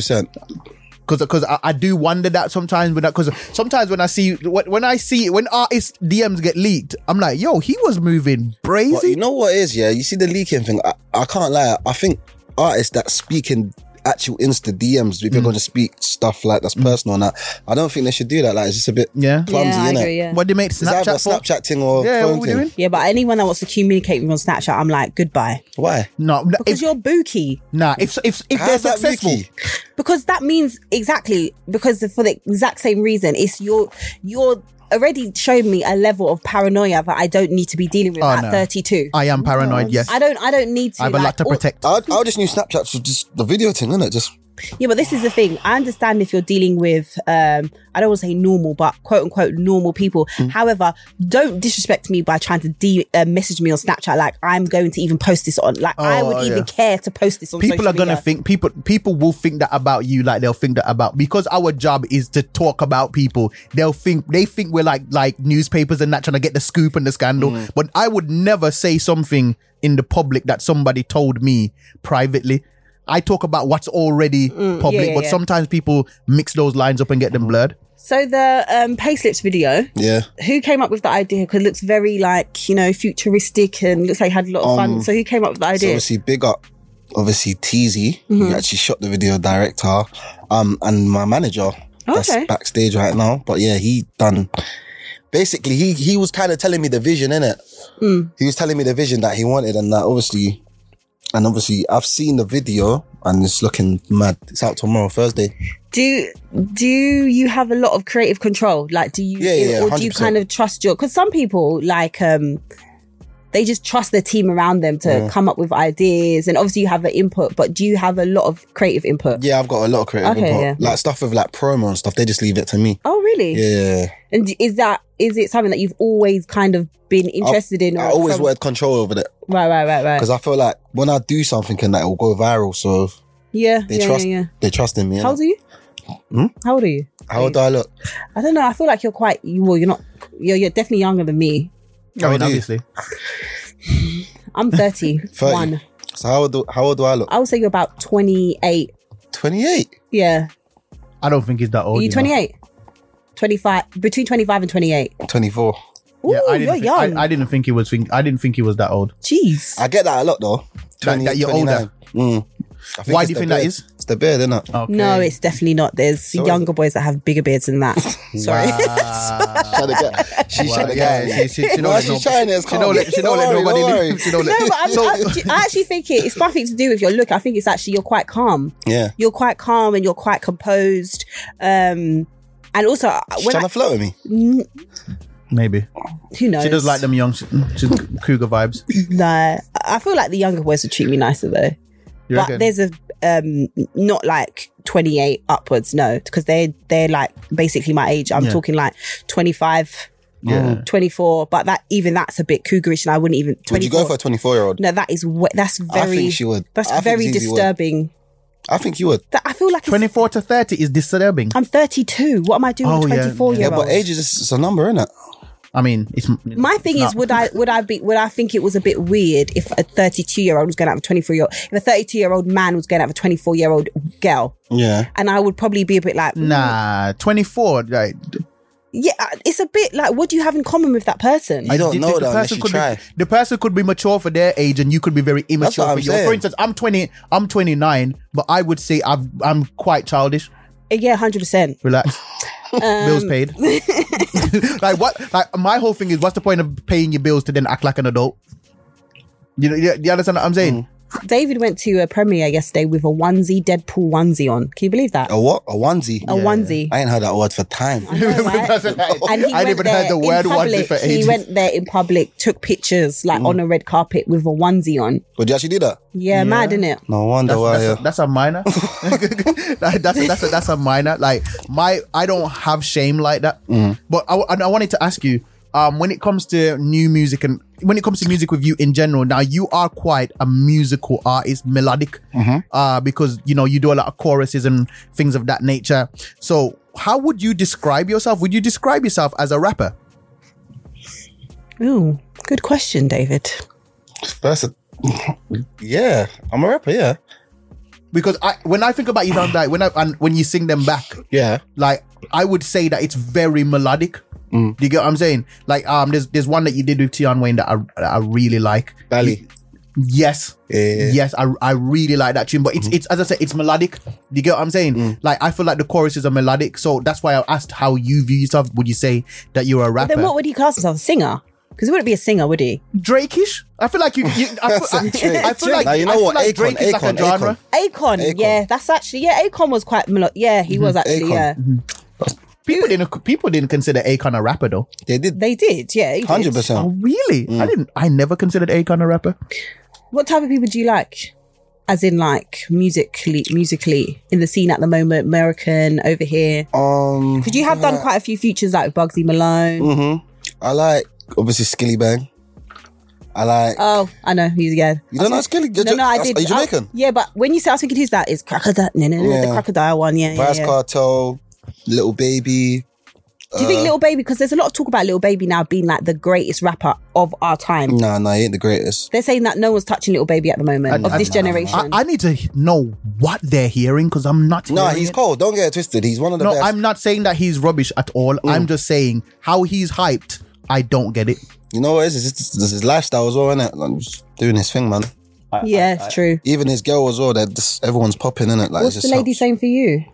Speaker 4: 100%.
Speaker 1: because because I, I do wonder that sometimes when because sometimes when I see when, when I see when artists DMs get leaked, I'm like, yo, he was moving
Speaker 4: But
Speaker 1: crazy.
Speaker 4: you know what it is, yeah? You see the leaking thing. I, I can't lie. I think artists that speak in actual Insta DMs,
Speaker 1: Mm.
Speaker 4: if you're going to speak stuff like that's personal and that, I don't think they should do that. Like, it's just a bit
Speaker 1: Yeah.
Speaker 4: clumsy,
Speaker 2: yeah, I
Speaker 4: innit?
Speaker 2: agree, yeah.
Speaker 1: what they make
Speaker 4: Is that
Speaker 1: Snapchat,
Speaker 4: a
Speaker 1: for?
Speaker 4: Snapchat thing or
Speaker 1: Yeah,
Speaker 4: phone
Speaker 1: what we
Speaker 4: thing?
Speaker 1: doing?
Speaker 2: yeah, but anyone that wants to communicate with me on Snapchat, I'm like, goodbye.
Speaker 4: Why?
Speaker 1: No, no,
Speaker 2: Because
Speaker 1: if,
Speaker 2: you're bookie.
Speaker 1: nah. If if if
Speaker 4: How's
Speaker 1: they're
Speaker 4: that
Speaker 1: successful,
Speaker 4: Vicky?
Speaker 2: Because that means exactly, because for the exact same reason, it's your, you're already showing me a level of paranoia that I don't need to be dealing with
Speaker 1: Oh,
Speaker 2: at
Speaker 1: no.
Speaker 2: 32.
Speaker 1: I am paranoid. Yes,
Speaker 2: I don't, I don't need to.
Speaker 1: I have a
Speaker 2: like,
Speaker 1: lot to
Speaker 2: all-
Speaker 1: protect.
Speaker 4: I, I just knew Snapchat was just the video thing, innit? Just
Speaker 2: Yeah, but this is the thing. I understand if you're dealing with, um, I don't want to say normal, but quote unquote normal people.
Speaker 1: Mm.
Speaker 2: However, don't disrespect me by trying to de- uh, message me on Snapchat. Like I'm going to even post this on. Like I
Speaker 1: Oh,
Speaker 2: would
Speaker 1: oh,
Speaker 2: even
Speaker 1: yeah.
Speaker 2: care to post this on.
Speaker 1: people
Speaker 2: social
Speaker 1: are gonna
Speaker 2: media.
Speaker 1: think people people will think that about you like they'll think that about because our job is to talk about people they'll think they think we're like like newspapers and that trying to get the scoop and the scandal
Speaker 2: Mm.
Speaker 1: but i would never say something in the public that somebody told me privately i talk about what's already public
Speaker 2: Mm. yeah, Mm.
Speaker 1: but
Speaker 2: yeah.
Speaker 1: sometimes people mix those lines up and get them blurred
Speaker 2: So the um, payslips video.
Speaker 4: yeah.
Speaker 2: Who came up with the idea? Because it looks very like you know futuristic and looks like he had a lot of
Speaker 1: Um,
Speaker 2: fun. So who came up with the
Speaker 4: So
Speaker 2: idea?
Speaker 4: obviously big up obviously Teasy,
Speaker 2: Mm-hmm.
Speaker 4: who actually shot the video director, um, and my manager that's
Speaker 2: Okay.
Speaker 4: backstage right now. But yeah, he done basically he he was kind of telling me the vision, innit?
Speaker 2: Mm.
Speaker 4: He was telling me the vision that he wanted and that obviously and obviously I've seen the video and it's looking mad. It's out tomorrow, Thursday.
Speaker 2: do do you have a lot of creative control like do you
Speaker 4: Yeah, yeah,
Speaker 2: or do you
Speaker 4: 100%.
Speaker 2: kind of trust your because some people like um they just trust the team around them to come up with ideas and obviously you have an input but do you have a lot of creative input
Speaker 4: Yeah, I've got a lot of creative
Speaker 2: Okay,
Speaker 4: input.
Speaker 2: yeah.
Speaker 4: Like stuff with like promo and stuff, they just leave it to me.
Speaker 2: oh really
Speaker 4: Yeah.
Speaker 2: and is that is it something that you've always kind of been interested in
Speaker 4: I always
Speaker 2: from-
Speaker 4: wanted control over it
Speaker 2: right right right right
Speaker 4: because I feel like when I do something and that it will go viral, so
Speaker 2: yeah
Speaker 4: they
Speaker 2: yeah,
Speaker 4: trust
Speaker 2: yeah yeah
Speaker 4: they trust in me. Hmm? innit?
Speaker 2: how old are you how old are you
Speaker 4: How old do I look?
Speaker 2: i don't know i feel like you're quite you well you're not you're, you're definitely younger than me
Speaker 1: i
Speaker 4: How
Speaker 1: mean
Speaker 4: old are you?
Speaker 1: obviously
Speaker 2: i'm 31
Speaker 4: So how old do, how old do I look?
Speaker 2: i would say you're about 28
Speaker 4: Twenty eight.
Speaker 2: yeah
Speaker 1: i don't think he's that old
Speaker 2: Are you
Speaker 1: know.
Speaker 2: 28? 25, between 25 and 28.
Speaker 4: Twenty four.
Speaker 2: Ooh,
Speaker 1: yeah, I
Speaker 2: you're
Speaker 1: didn't, think,
Speaker 2: young.
Speaker 1: I, I didn't think he was think i didn't think he was that old
Speaker 2: Jeez.
Speaker 4: I get that a lot though.
Speaker 1: That-
Speaker 4: 20,
Speaker 1: that you're
Speaker 4: 29.
Speaker 1: older.
Speaker 4: Mm. I
Speaker 1: Why
Speaker 4: it's
Speaker 1: do you
Speaker 4: the
Speaker 1: think that
Speaker 4: beard.
Speaker 1: is?
Speaker 4: It's the beard, isn't it?
Speaker 1: okay.
Speaker 2: No, it's definitely not. There's younger boys that have bigger beards than that. Sorry.
Speaker 1: Ah.
Speaker 4: She's trying to get. She's trying to
Speaker 1: yeah,
Speaker 4: get.
Speaker 1: yeah, she- she- she
Speaker 4: No,
Speaker 1: don't let
Speaker 4: she's
Speaker 1: no-
Speaker 4: trying. It's
Speaker 1: she don't
Speaker 4: calm.
Speaker 1: let- she don't let
Speaker 4: worry,
Speaker 1: nobody
Speaker 4: worry.
Speaker 1: leave. She don't
Speaker 2: no,
Speaker 1: let-
Speaker 2: but I'm, I, I actually think it, it's nothing to do with your look. I think it's actually you're quite calm.
Speaker 4: Yeah.
Speaker 2: You're quite calm and you're quite composed. Um, and also, uh,
Speaker 4: She's
Speaker 2: when
Speaker 4: trying
Speaker 2: I,
Speaker 4: to flirt with me.
Speaker 1: maybe
Speaker 2: who knows?
Speaker 1: she does like them young she's cougar vibes
Speaker 2: Nah, I feel like the younger boys would treat me nicer though.
Speaker 1: You
Speaker 2: but
Speaker 1: reckon?
Speaker 2: there's a um not like 28 upwards no because they they're like basically my age i'm
Speaker 1: Yeah.
Speaker 2: talking like 25
Speaker 1: Yeah.
Speaker 2: 24 but that even that's a bit cougarish and i wouldn't even 24
Speaker 4: Would you go for a twenty four year old?
Speaker 2: no that is we- that's
Speaker 4: I
Speaker 2: very
Speaker 4: think she would.
Speaker 2: that's
Speaker 4: I think
Speaker 2: very
Speaker 4: Zizi would.
Speaker 2: disturbing
Speaker 4: I think you would.
Speaker 2: that i feel like it's-
Speaker 1: 24 to 30 is disturbing.
Speaker 2: i'm 32 what am i doing
Speaker 1: Oh,
Speaker 2: with
Speaker 1: yeah,
Speaker 2: 24
Speaker 1: yeah.
Speaker 4: Yeah,
Speaker 2: year old
Speaker 4: but age is just, it's a number, isn't it?
Speaker 1: I mean, it's
Speaker 2: my thing is, would I would I be would I think it was a bit weird if a thirty two year old was going to have a twenty four year old if a thirty two year old man was going to have a twenty four year old girl,
Speaker 4: Yeah.
Speaker 2: and I would probably be a bit like,
Speaker 1: nah 24 like
Speaker 2: yeah, uh, it's a bit like what do you have in common with that person?
Speaker 4: I don't know that unless you
Speaker 1: could
Speaker 4: try.
Speaker 1: Be, the person could be mature for their age, and you could be very immature
Speaker 4: what
Speaker 1: for
Speaker 4: I'm
Speaker 1: your. For
Speaker 4: saying.
Speaker 1: instance, I'm twenty, I'm twenty nine, but I would say I've, I'm quite childish.
Speaker 2: Uh, yeah, hundred percent.
Speaker 1: Relax, bills paid.
Speaker 2: Um.
Speaker 1: like what? Like my whole thing is, what's the point of paying your bills to then act like an adult? You know, you, you understand what I'm saying?
Speaker 2: David went to a premiere yesterday with a onesie, Deadpool onesie on. Can you believe that?
Speaker 1: Oh,
Speaker 4: A what? A onesie?
Speaker 2: A onesie.
Speaker 4: I ain't heard that word for time.
Speaker 2: And he
Speaker 1: I
Speaker 2: went
Speaker 1: didn't even
Speaker 2: there
Speaker 1: heard the
Speaker 2: in
Speaker 1: word
Speaker 2: public.
Speaker 1: onesie for
Speaker 2: He
Speaker 1: ages. Mm.
Speaker 2: went there in public, took pictures like on a red carpet with a onesie on.
Speaker 4: Would you actually do that?
Speaker 2: Yeah, mad, isn't it?
Speaker 4: No wonder
Speaker 1: That's,
Speaker 4: why.
Speaker 1: that's,
Speaker 4: yeah.
Speaker 1: a, that's a minor. Like, that's a, that's a, that's a minor. Like my, I don't have shame like that. But I, I, I wanted to ask you, um, when it comes to new music and when it comes to music with you in general, now you are quite a musical artist, melodic, uh, because you know you do a lot of choruses and things of that nature. So, how would you describe yourself? Would you describe yourself as a rapper?
Speaker 2: Ooh, good question, David.
Speaker 4: That's a- yeah, I'm a rapper. Yeah,
Speaker 1: Because I, when I think about you, sound like when I and when you sing them back,
Speaker 4: yeah.
Speaker 1: like I would say that it's very melodic.
Speaker 4: Mm.
Speaker 1: Do you get what I'm saying? Like um, there's there's one that you did with Tion Wayne that I that I really like.
Speaker 4: Bally.
Speaker 1: Yes,
Speaker 4: Yeah. Mm-hmm.
Speaker 1: yes, I, I really like that tune. But it's it's as I said, it's melodic. Do you get what I'm saying?
Speaker 4: Mm.
Speaker 1: Like I feel like the choruses are melodic, so that's why I asked how you view yourself. Would you say that you're a rapper?
Speaker 2: Then what would he class himself? A singer? Because he wouldn't be a singer, would he?
Speaker 1: Drakish? I feel like you. you I, feel, I,
Speaker 4: Drake.
Speaker 1: I feel like
Speaker 4: Now, you know
Speaker 1: I feel
Speaker 4: what?
Speaker 1: Like
Speaker 4: Akon,
Speaker 1: Drake is like
Speaker 4: Akon,
Speaker 1: a genre.
Speaker 4: Akon.
Speaker 2: Akon,
Speaker 4: Akon.
Speaker 2: yeah, that's actually yeah. Akon was quite melo- yeah, he
Speaker 1: Mm-hmm.
Speaker 2: was actually
Speaker 4: Akon.
Speaker 2: yeah.
Speaker 1: People didn't people didn't consider Akon a rapper though.
Speaker 4: They did
Speaker 2: They did, yeah. he did.
Speaker 4: hundred
Speaker 1: Oh
Speaker 4: percent.
Speaker 1: really?
Speaker 4: Mm.
Speaker 1: I didn't. I never considered Akon a rapper.
Speaker 2: What type of people do you like? As in, like musically, musically in the scene at the moment, American over here.
Speaker 4: Um,
Speaker 2: Because you have done quite a few features like with Bugsy
Speaker 4: Mm.
Speaker 2: Malone.
Speaker 4: Mm-hmm. I like obviously Skilly Bang. I
Speaker 1: Uh,
Speaker 4: like.
Speaker 2: Oh, I know who's yeah.
Speaker 4: you don't know Skilly?
Speaker 2: No, no, I did.
Speaker 4: Are you
Speaker 2: I-
Speaker 4: Jamaican?
Speaker 2: yeah, but when you say I was thinking who's that? It's crocodile. No, no, no, the
Speaker 4: Yeah.
Speaker 2: crocodile one. Yeah, yeah,
Speaker 4: Vice
Speaker 2: yeah.
Speaker 4: Cartel, Little Baby.
Speaker 2: Do you think
Speaker 4: uh,
Speaker 2: Little Baby? Because there's a lot of talk about Little Baby now being like the greatest rapper of our time.
Speaker 4: Nah, nah, he ain't the greatest.
Speaker 2: They're saying that no one's touching Little Baby at the moment
Speaker 1: I-
Speaker 2: of
Speaker 1: I-
Speaker 2: this generation.
Speaker 1: I, I need to he- know what they're hearing because I'm not.
Speaker 4: No,
Speaker 1: hearing
Speaker 4: he's
Speaker 1: it.
Speaker 4: cold. Don't get it twisted. He's one of the
Speaker 1: No,
Speaker 4: best. Mm.
Speaker 1: I'm not saying that he's rubbish at all. I'm just saying how he's hyped. I don't get it.
Speaker 4: you know what it is? It's, it's, it's his lifestyle as well, innit? Like, he's doing his thing, man.
Speaker 2: yeah, it's true.
Speaker 4: Even his girl as well. That just everyone's popping in it. Like,
Speaker 2: What's
Speaker 4: it's
Speaker 2: the
Speaker 4: just Hmm?
Speaker 2: lady
Speaker 4: helps.
Speaker 2: saying for you?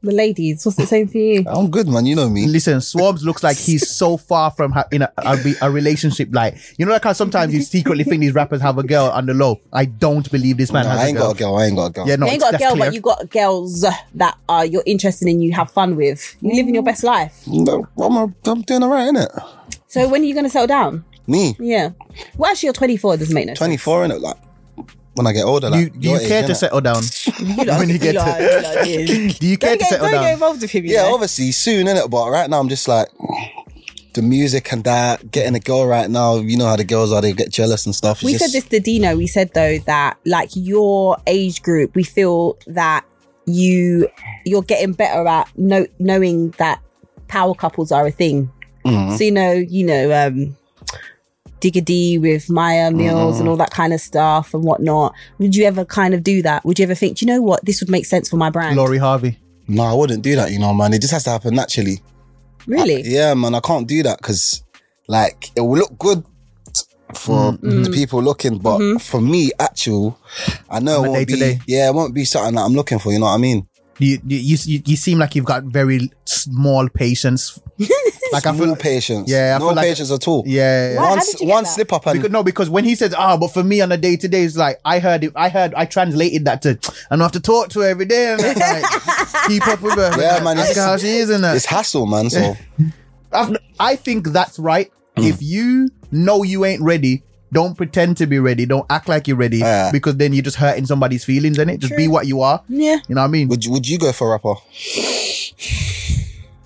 Speaker 2: The ladies, what's it saying for you?
Speaker 4: I'm good, man. You know me.
Speaker 1: Listen, Swarms looks like he's so far from ha- in a, a, re- a relationship. Like you know, like how sometimes you secretly think these rappers have a girl on the low. I don't believe this man
Speaker 4: Nah,
Speaker 1: has
Speaker 4: I ain't
Speaker 1: a girl.
Speaker 4: got a girl. I ain't got a girl.
Speaker 1: Yeah, no,
Speaker 2: you ain't
Speaker 1: it's-
Speaker 2: got a
Speaker 1: that's
Speaker 2: girl,
Speaker 1: clear.
Speaker 2: but you got girls that are you're interested in, you have fun with, you living your best life.
Speaker 4: No, I'm, a, I'm doing all right, innit?
Speaker 2: So when are you going to settle down?
Speaker 4: Me,
Speaker 2: Yeah. Well, actually, you're 24. It doesn't make no sense.
Speaker 4: 24, innit? Like, when I get older,
Speaker 1: Do you,
Speaker 4: like,
Speaker 1: do you
Speaker 4: your
Speaker 1: care
Speaker 4: age,
Speaker 1: to
Speaker 4: innit?
Speaker 1: settle down?
Speaker 2: You lot-
Speaker 1: when you get
Speaker 2: lot-
Speaker 1: to-
Speaker 2: you lot did.
Speaker 1: Do you care to
Speaker 2: Don't, get,
Speaker 1: settle
Speaker 2: don't get
Speaker 1: down?
Speaker 2: involved with him. you
Speaker 4: Yeah,
Speaker 2: know?
Speaker 4: obviously soon, innit? But right now, I'm just like the music and that getting a girl right now. You know how the girls are; they get jealous and stuff. It's
Speaker 2: we
Speaker 4: just-
Speaker 2: said this to Dino. We said though that like your age group, we feel that you you're getting better at no, knowing that power couples are a thing.
Speaker 4: mm,
Speaker 2: So you know, you know, um, Diggity with Maya Mills and all that kind of stuff and whatnot. Would you ever kind of do that? Would you ever think, do you know what, this would make sense for my brand?
Speaker 1: Laurie Harvey.
Speaker 4: No, I wouldn't do that. You know, man. It just has to happen naturally.
Speaker 2: Really?
Speaker 4: Yeah, man. I can't do that because, like, it will look good t- for
Speaker 1: Mm.
Speaker 2: Mm.
Speaker 4: the people looking, but
Speaker 2: Mm-hmm.
Speaker 4: for me, actual, I know
Speaker 1: On
Speaker 4: it
Speaker 1: a
Speaker 4: won't be.
Speaker 1: day-to-day.
Speaker 4: Yeah, it won't be something that I'm looking for. You know what I mean?
Speaker 1: You, you you you seem like you've got very small patience. like I feel
Speaker 4: No patience.
Speaker 1: Yeah, I
Speaker 4: no
Speaker 1: feel like-
Speaker 4: patience at all.
Speaker 1: yeah.
Speaker 2: Why- how
Speaker 4: One,
Speaker 2: did
Speaker 4: s-
Speaker 2: you get
Speaker 4: one
Speaker 2: that?
Speaker 4: slip up and
Speaker 1: Because, no, because when he says, ah, but for me on a day to day, it's like, I heard it, I heard, I translated that to, I don't have to talk to her every day. And that's like, keep up with her.
Speaker 4: Yeah,
Speaker 1: Like,
Speaker 4: man,
Speaker 1: Ask
Speaker 4: it's-
Speaker 1: her how she is and that.
Speaker 4: it's hassle, man. So
Speaker 1: I've- I think that's right. If you know you ain't ready, don't pretend to be ready. Don't act like you're ready
Speaker 4: Yeah.
Speaker 1: because then you're just hurting somebody's feelings, and it just be what you are.
Speaker 2: Yeah.
Speaker 1: You know what I mean?
Speaker 4: Would you, would you go for rapper?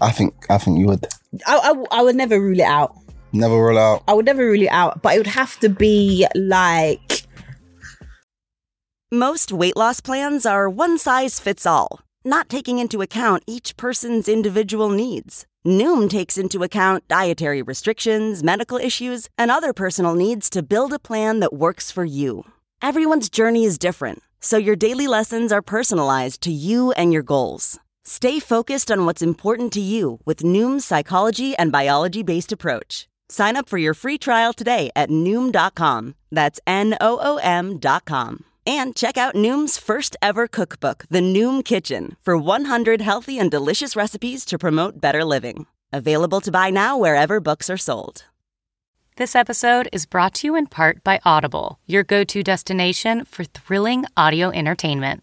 Speaker 4: I think I think you would
Speaker 2: I, I, I would never rule it out.
Speaker 4: never roll out.
Speaker 2: I would never rule it out, but it would have to be like
Speaker 10: Most weight loss plans are one size fits all, not taking into account each person's individual needs. Noom takes into account dietary restrictions, medical issues, and other personal needs to build a plan that works for you. Everyone's journey is different, so your daily lessons are personalized to you and your goals. Stay focused on what's important to you with Noom's psychology and biology based approach. Sign up for your free trial today at Noom.com. That's N O O M.com. And check out Noom's first ever cookbook, The Noom Kitchen, for 100 healthy and delicious recipes to promote better living. Available to buy now wherever books are sold.
Speaker 11: This episode is brought to you in part by Audible, your go to destination for thrilling audio entertainment.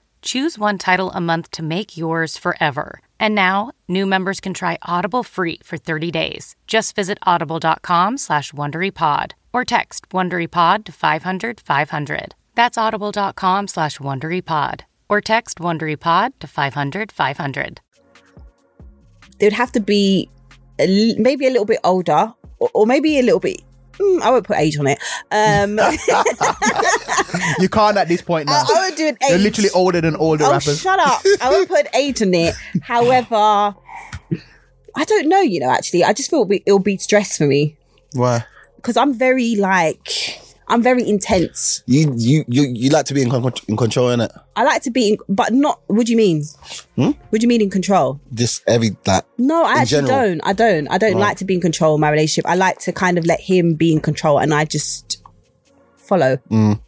Speaker 11: choose one title a month to make yours forever. And now, new members can try Audible free for 30 days. Just visit audible.com slash WonderyPod or text WonderyPod to 500 500. That's audible.com slash WonderyPod or text WonderyPod to 500 500.
Speaker 2: they'd have to be a l- maybe a little bit older or, or maybe a little bit mm, I won't put age on it. Um,
Speaker 1: You can't at this point now.
Speaker 2: I would do an
Speaker 1: You're
Speaker 2: age.
Speaker 1: literally older than older
Speaker 2: oh,
Speaker 1: rappers.
Speaker 2: shut up! I won't put an age on it. However, I don't know. You know, actually, I just feel it'll be, it'll be stress for me
Speaker 4: Why?
Speaker 2: because I'm very like I'm very intense.
Speaker 4: You you you you like to be in, con- in control in it.
Speaker 2: I like to be, in, but not. What do you mean?
Speaker 4: Hmm?
Speaker 2: What do you mean in control?
Speaker 4: Just every that.
Speaker 2: No, I
Speaker 4: in
Speaker 2: actually
Speaker 4: general.
Speaker 2: don't. I don't. I don't
Speaker 4: Right.
Speaker 2: like to be in control of my relationship. I like to kind of let him be in control, and I just follow.
Speaker 4: Mm.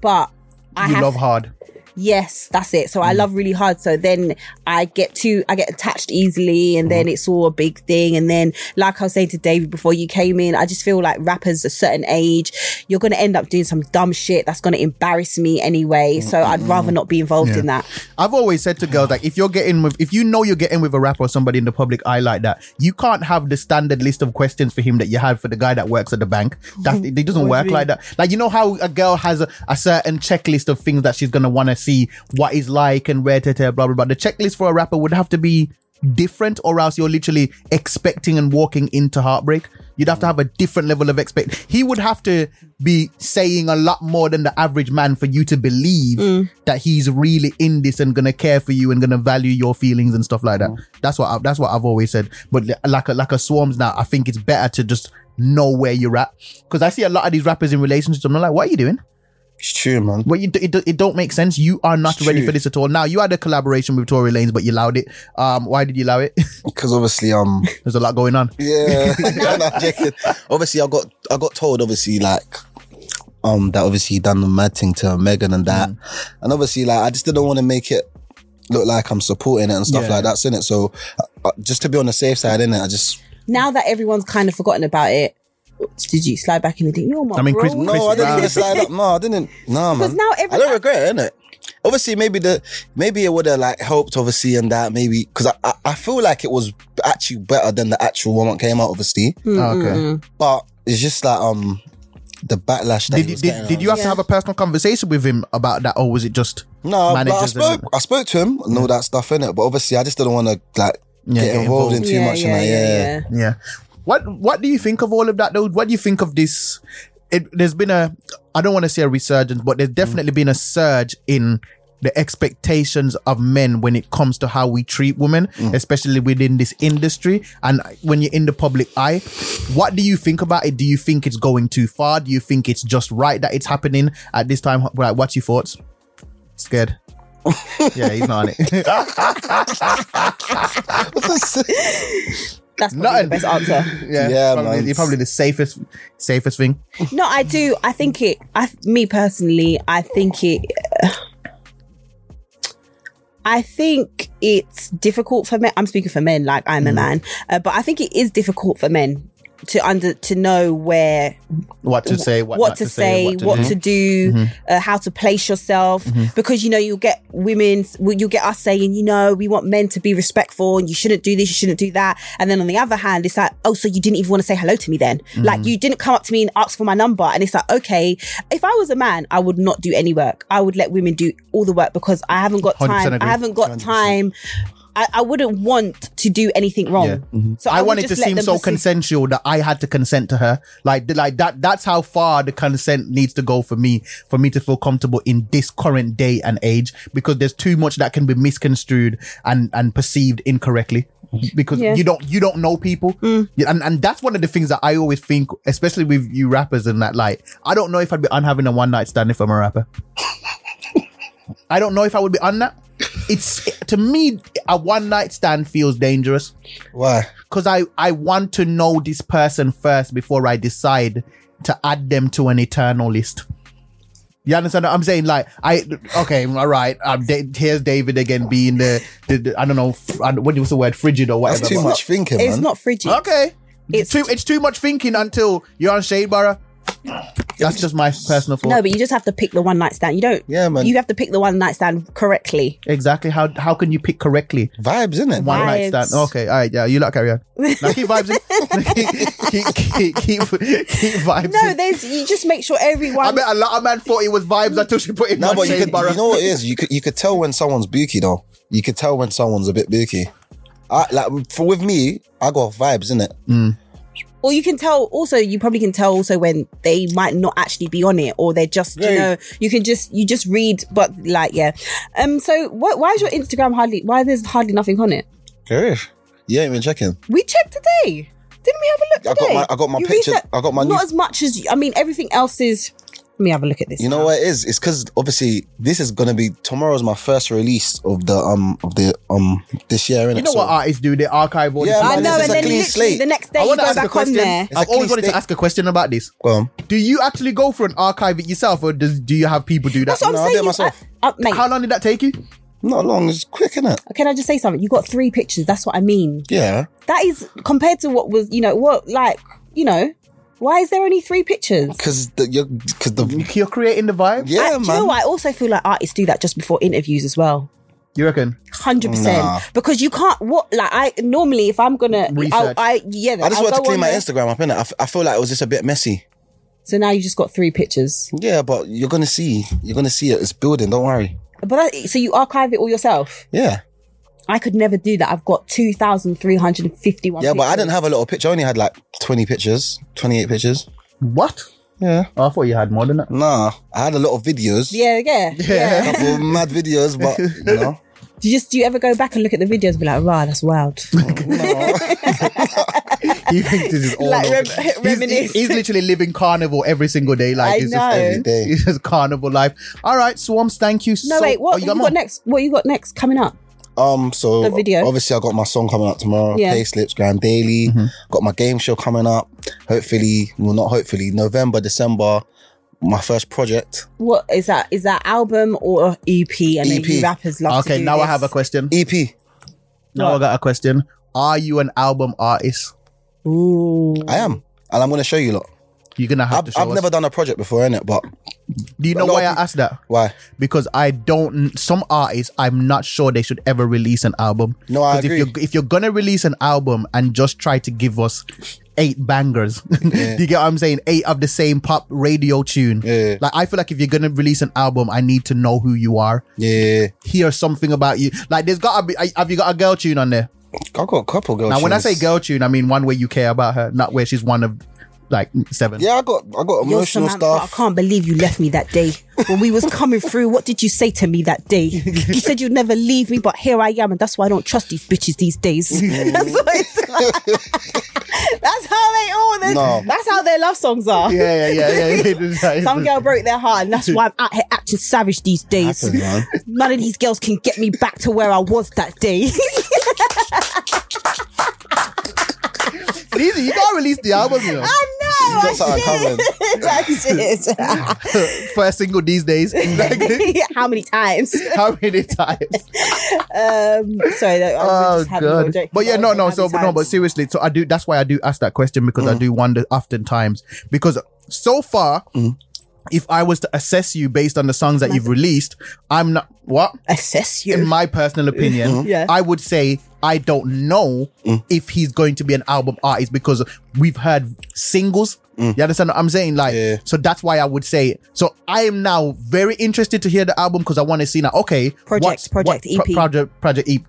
Speaker 2: But I
Speaker 1: you
Speaker 2: have
Speaker 1: love hard.
Speaker 2: Yes, that's it.
Speaker 4: Mm.
Speaker 2: So I love really hard. So then I get too, I get attached easily, and
Speaker 4: Mm.
Speaker 2: then it's all a big thing. And then, like I was saying to David before you came in, I just feel like rappers a certain age, you're going to end up doing some dumb shit that's going to embarrass me
Speaker 4: Mm.
Speaker 2: anyway. So I'd rather not be involved in
Speaker 1: Yeah.
Speaker 2: that.
Speaker 1: I've always said to girls like if you're getting with if you know you're getting with a rapper or somebody in the public eye like that, you can't have the standard list of questions for him that you had for the guy that works at the bank. That it doesn't
Speaker 12: What
Speaker 1: work
Speaker 12: do you
Speaker 1: like that. Like you know how a girl has a, a certain checklist of things that she's gonna wanna see what he's like and where to tell blah blah blah. The checklist for a rapper would have to be different or else you're literally expecting and walking into heartbreak. You'd have to have a different level of expect. He would have to be saying a lot more than the average man for you to believe that he's really in this and gonna care for you and gonna value your feelings and stuff like that. That's what I, that's what I've always said. But li- like a, like a swarms now, I think it's better to just know where you're at because I see a lot of these rappers in relationships. I'm like, what are you doing?
Speaker 4: It's true, man.
Speaker 1: Well, you, it, do- it don't make sense. You are not ready for this at all. Now you had a collaboration with Tory Lanez, but you allowed it. Um, why did you allow it?
Speaker 4: Because obviously, um,
Speaker 1: there's a lot going on.
Speaker 4: Yeah, I'm not joking. Obviously, I got I got told. Obviously, like um, that obviously he done the mad thing to Megan and that,
Speaker 2: Mm.
Speaker 4: and obviously, like I just didn't want to make it look like I'm supporting it and stuff
Speaker 2: Yeah.
Speaker 4: like that, in it. So uh, uh, just to be on the safe side, in it, I just
Speaker 2: Now that everyone's kind of forgotten about it, did you slide back in and think, you're my
Speaker 4: I mean, Chris-
Speaker 2: bro?
Speaker 4: No, Chris I didn't Brown- even slide up. No, I didn't. No, man.
Speaker 2: Because now every-
Speaker 4: I don't regret it, innit? Obviously, maybe the maybe it would have like helped, obviously, and that maybe because I, I I feel like it was actually better than the actual one that came out, obviously.
Speaker 1: Mm, Oh, okay. mm, mm.
Speaker 4: But it's just like um the backlash
Speaker 1: Did
Speaker 4: that he
Speaker 1: you
Speaker 4: was
Speaker 1: did,
Speaker 4: getting,
Speaker 1: did you have
Speaker 4: obviously.
Speaker 1: to have a personal conversation with him about that, or was it just
Speaker 4: No, but I
Speaker 1: managers? and-
Speaker 4: spoke. I spoke to him and all that stuff in it, but obviously, I just didn't want to like
Speaker 1: Yeah,
Speaker 4: get,
Speaker 1: get
Speaker 4: involved, in too
Speaker 1: involved.
Speaker 4: much.
Speaker 1: Yeah,
Speaker 4: in that.
Speaker 1: yeah,
Speaker 4: yeah.
Speaker 1: yeah. Yeah. What What do you think of all of that though? What do you think of this? It, there's been a I don't want to say a resurgence, but there's definitely been a surge in the expectations of men when it comes to how we treat women, especially within this industry and when you're in the public eye. What do you think about it? Do you think it's going too far? Do you think it's just right that it's happening at this time? Like, what's your thoughts? Scared. yeah, he's not on it.
Speaker 2: That's
Speaker 1: not the
Speaker 2: best answer.
Speaker 1: yeah,
Speaker 4: Yeah,
Speaker 1: probably,
Speaker 4: man.
Speaker 1: you're probably the safest, safest thing.
Speaker 2: No, I do. I think it. I, me personally, I think it. I think it's difficult for men. I'm speaking for men, like I'm a man, uh, but I think it is difficult for men to under to know where
Speaker 1: What to say, what,
Speaker 2: what
Speaker 1: not
Speaker 2: to say, what to, do,
Speaker 1: Mhm.
Speaker 2: uh, how to place yourself.
Speaker 1: Mhm.
Speaker 2: Because you know you'll get women, you'll get us saying, you know, we want men to be respectful, and you shouldn't do this, you shouldn't do that. And then on the other hand, it's like, oh, so you didn't even want to say hello to me then?
Speaker 1: Mm-hmm.
Speaker 2: Like
Speaker 13: Mhm.
Speaker 2: you didn't come up to me and ask for my number. And it's like, okay, if I was a man, I would not do any work. I would let women do all the work because I haven't got
Speaker 1: 100%
Speaker 2: time.
Speaker 1: agree.
Speaker 2: I haven't got time. I, I wouldn't want to do anything wrong.
Speaker 1: Yeah. Mm-hmm.
Speaker 2: So
Speaker 1: I,
Speaker 2: would
Speaker 1: wanted to
Speaker 2: just let
Speaker 1: seem
Speaker 2: them
Speaker 1: so
Speaker 2: perceive-
Speaker 1: consensual that I had to consent to her. Like, th- like that. That's how far the consent needs to go for me, for me to feel comfortable in this current day and age. Because there's too much that can be misconstrued and and perceived incorrectly. Because
Speaker 12: Yeah.
Speaker 1: you don't you don't know people,
Speaker 2: Mm.
Speaker 1: Yeah, and and that's one of the things that I always think, especially with you rappers and that. Like, I don't know if I'd be unhaving a one night stand if I'm a rapper. I don't know if I would be on that. It's to me a one night stand feels dangerous.
Speaker 4: Why?
Speaker 1: Because I I want to know this person first before I decide to add them to an eternal list. You understand what I'm saying? Like I okay, all right. Um, da- here's David again being the, the, the I don't know f- I don't- what was the word frigid or whatever.
Speaker 4: That's too
Speaker 1: but-
Speaker 4: much thinking, It's man. not
Speaker 2: frigid.
Speaker 1: Okay, it's too it's too much thinking until you're on shade bar. That's just my personal thought.
Speaker 2: No, but you just have to pick the one night stand. You don't.
Speaker 1: Yeah, man.
Speaker 2: You have to pick the one night stand correctly.
Speaker 1: Exactly. How how can you pick correctly?
Speaker 4: Vibes, isn't it?
Speaker 1: One night
Speaker 2: Vibes.
Speaker 1: stand. Okay. All right. Yeah. You lot carry on. Now keep vibes. In. keep, keep, keep, keep, keep vibes.
Speaker 2: No, there's. You just make sure everyone.
Speaker 1: I bet a lot of man thought it was vibes until she put it.
Speaker 4: No,
Speaker 1: on
Speaker 4: but you
Speaker 1: shade
Speaker 4: could,
Speaker 1: bar.
Speaker 4: you know what it is. You could you could tell when someone's booky though. You could tell when someone's a bit booky. I like for with me, I got vibes in it.
Speaker 2: Or you can tell. Also, you probably can tell also when they might not actually be on it, or they're just.
Speaker 4: Yeah.
Speaker 2: You know, you can just you just read, but like yeah. Um. So what? Why is your Instagram hardly? Why there's hardly nothing on it?
Speaker 4: Curious. You ain't been checking.
Speaker 2: We checked today. Didn't we have a
Speaker 4: I
Speaker 2: look today?
Speaker 4: got my I got my
Speaker 2: You
Speaker 4: picture.
Speaker 2: reset-
Speaker 4: I got my
Speaker 2: Not
Speaker 4: new
Speaker 2: as much as I mean. Everything else is. Let me have a look at this.
Speaker 4: You know what it is? It's because obviously this is gonna be tomorrow's my first release of the um of the um this year. Innit?
Speaker 1: You know what artists do? They archive all.
Speaker 4: Yeah,
Speaker 1: this
Speaker 4: man,
Speaker 1: stuff.
Speaker 4: I know, this is and a then clean literally slate. the
Speaker 2: next day
Speaker 1: I
Speaker 2: you
Speaker 1: wanna
Speaker 2: go
Speaker 1: ask a
Speaker 2: back on
Speaker 1: question.
Speaker 2: there. It's a
Speaker 1: I've
Speaker 4: clean
Speaker 1: always wanted
Speaker 4: slate.
Speaker 1: to ask a question about this.
Speaker 4: Go on.
Speaker 1: Do you actually go for an archive it yourself, or does, do you have people do that?
Speaker 2: That's what I'm No, I do it saying. myself. I- I- mate.
Speaker 1: How long did that take you?
Speaker 4: Not long. It's quick, innit?
Speaker 2: Can I just say something? You got three pictures. That's what I mean.
Speaker 4: Yeah.
Speaker 2: That is compared to what was, you know, what like, you know, why is there only three pictures?
Speaker 4: Because the you're because the
Speaker 1: You're creating the vibe.
Speaker 4: yeah
Speaker 2: Mm. I, do you know
Speaker 4: man.
Speaker 2: what? I also feel like artists do that just before interviews as well.
Speaker 1: You reckon?
Speaker 2: Hundred
Speaker 4: Nah.
Speaker 2: percent. Because you can't. What like I normally if I'm gonna, I,
Speaker 4: Research.
Speaker 2: I yeah.
Speaker 4: I just
Speaker 2: I'll
Speaker 4: wanted to
Speaker 2: go on
Speaker 4: clean my
Speaker 2: there.
Speaker 4: Instagram up, innit? I, f- I feel like it was just a bit messy.
Speaker 2: So now you just got three pictures.
Speaker 4: Yeah, but you're gonna see. You're gonna see it. It's building. Don't worry.
Speaker 2: But that, so you archive it all yourself.
Speaker 4: Yeah.
Speaker 2: I could never do that. I've got two thousand three hundred and fifty-one.
Speaker 4: Yeah, but I didn't have a little picture. I only had like 20 pictures, 28 pictures.
Speaker 1: What? Oh,
Speaker 4: Yeah.
Speaker 1: I thought you had more than that.
Speaker 4: Nah, I had a lot of videos.
Speaker 2: Yeah, yeah,
Speaker 4: A
Speaker 2: yeah.
Speaker 4: couple of mad videos, but you know.
Speaker 2: Do you just do you ever go back and look at the videos and be like, wow, that's wild.
Speaker 1: He thinks this is all
Speaker 2: Like
Speaker 1: over.
Speaker 2: rem-
Speaker 1: He's-
Speaker 2: reminisce.
Speaker 1: He's, literally living carnival every single day. Like
Speaker 2: I
Speaker 1: it's
Speaker 2: know.
Speaker 1: just
Speaker 2: Every
Speaker 4: day.
Speaker 1: It's just carnival life. All right, Swarms, thank you
Speaker 2: No,
Speaker 1: so
Speaker 2: wait. What
Speaker 1: Oh,
Speaker 2: you got,
Speaker 1: more?
Speaker 2: next? What you got next coming up?
Speaker 4: Um, so
Speaker 2: The video.
Speaker 4: obviously I got my song coming out tomorrow,
Speaker 2: Yeah.
Speaker 4: Pay Slips, Grand Daily.
Speaker 1: Mm-hmm.
Speaker 4: Got my game show coming up. Hopefully, well not hopefully, November, December, my first project.
Speaker 2: What is that? Is that album or EP? I
Speaker 5: E
Speaker 2: know
Speaker 4: EP.
Speaker 2: you rappers love. to
Speaker 1: E Okay,
Speaker 2: do
Speaker 1: now I
Speaker 2: this.
Speaker 1: have a question.
Speaker 4: EP.
Speaker 1: Now I got a question. Are you an album artist?
Speaker 2: Ooh.
Speaker 4: I am. And I'm gonna show you lot.
Speaker 1: You're gonna have
Speaker 4: I've,
Speaker 1: to show
Speaker 4: I've
Speaker 1: us.
Speaker 4: never done a project before, innit? But
Speaker 1: Do you know
Speaker 4: a lot
Speaker 1: why I
Speaker 4: of peop-
Speaker 1: asked that?
Speaker 4: why?
Speaker 1: Because I don't. Some artists, I'm not sure they should ever release an album.
Speaker 4: No, I
Speaker 1: 'Cause
Speaker 4: agree.
Speaker 1: If you're, if you're gonna release an album and just try to give us eight bangers, do you get what I'm saying? Eight of the same pop radio tune.
Speaker 4: Yeah.
Speaker 1: Like I feel like if you're gonna release an album, I need to know who you are.
Speaker 4: Yeah.
Speaker 1: Hear something about you. Like there's gotta be. I- Have you got a girl tune on there?
Speaker 4: I got a couple girls.
Speaker 1: now, when I say girl tune, I mean one where you care about her, not where she's one of like seven.
Speaker 4: Yeah, I got I got
Speaker 2: Yo,
Speaker 4: emotional
Speaker 2: Samantha,
Speaker 4: stuff.
Speaker 2: I can't believe you left me that day when we was coming through. What did you say to me that day? You said you'd never leave me, but here I am, and that's why I don't trust these bitches these days. that's, what it's like. that's how they all. they-
Speaker 4: No.
Speaker 2: That's how their love songs are.
Speaker 1: yeah, yeah, yeah. yeah, yeah.
Speaker 2: Some girl broke their heart, and that's why I'm out here acting savage these days.
Speaker 4: Happens, man.
Speaker 2: None of these girls can get me back to where I was that day.
Speaker 1: Easy, you gotta release the album, you know.
Speaker 2: I know.
Speaker 4: got something coming.
Speaker 2: I
Speaker 1: First single these days. Like,
Speaker 2: did. How many times?
Speaker 1: how many times?
Speaker 2: Um, sorry, that, I was
Speaker 1: Oh
Speaker 2: just having a little
Speaker 1: god!
Speaker 2: joke.
Speaker 1: But yeah,
Speaker 2: Oh,
Speaker 1: no, no.
Speaker 2: how
Speaker 1: So,
Speaker 2: many
Speaker 1: but no, but
Speaker 2: times?
Speaker 1: seriously, so I do. That's why I do ask that question because I do wonder oftentimes because so far, if I was to assess you based on the songs that you've released, I'm not what
Speaker 2: assess
Speaker 1: in
Speaker 2: you.
Speaker 1: my personal opinion,
Speaker 2: Yeah.
Speaker 1: I would say I don't know if he's going to be an album artist because we've heard singles. You understand what I'm saying? Like,
Speaker 4: Yeah.
Speaker 1: so that's why I would say. So I am now very interested to hear the album because I want to see now. Okay,
Speaker 2: Project, project, E
Speaker 1: pro-
Speaker 2: EP.
Speaker 1: project, project, EP,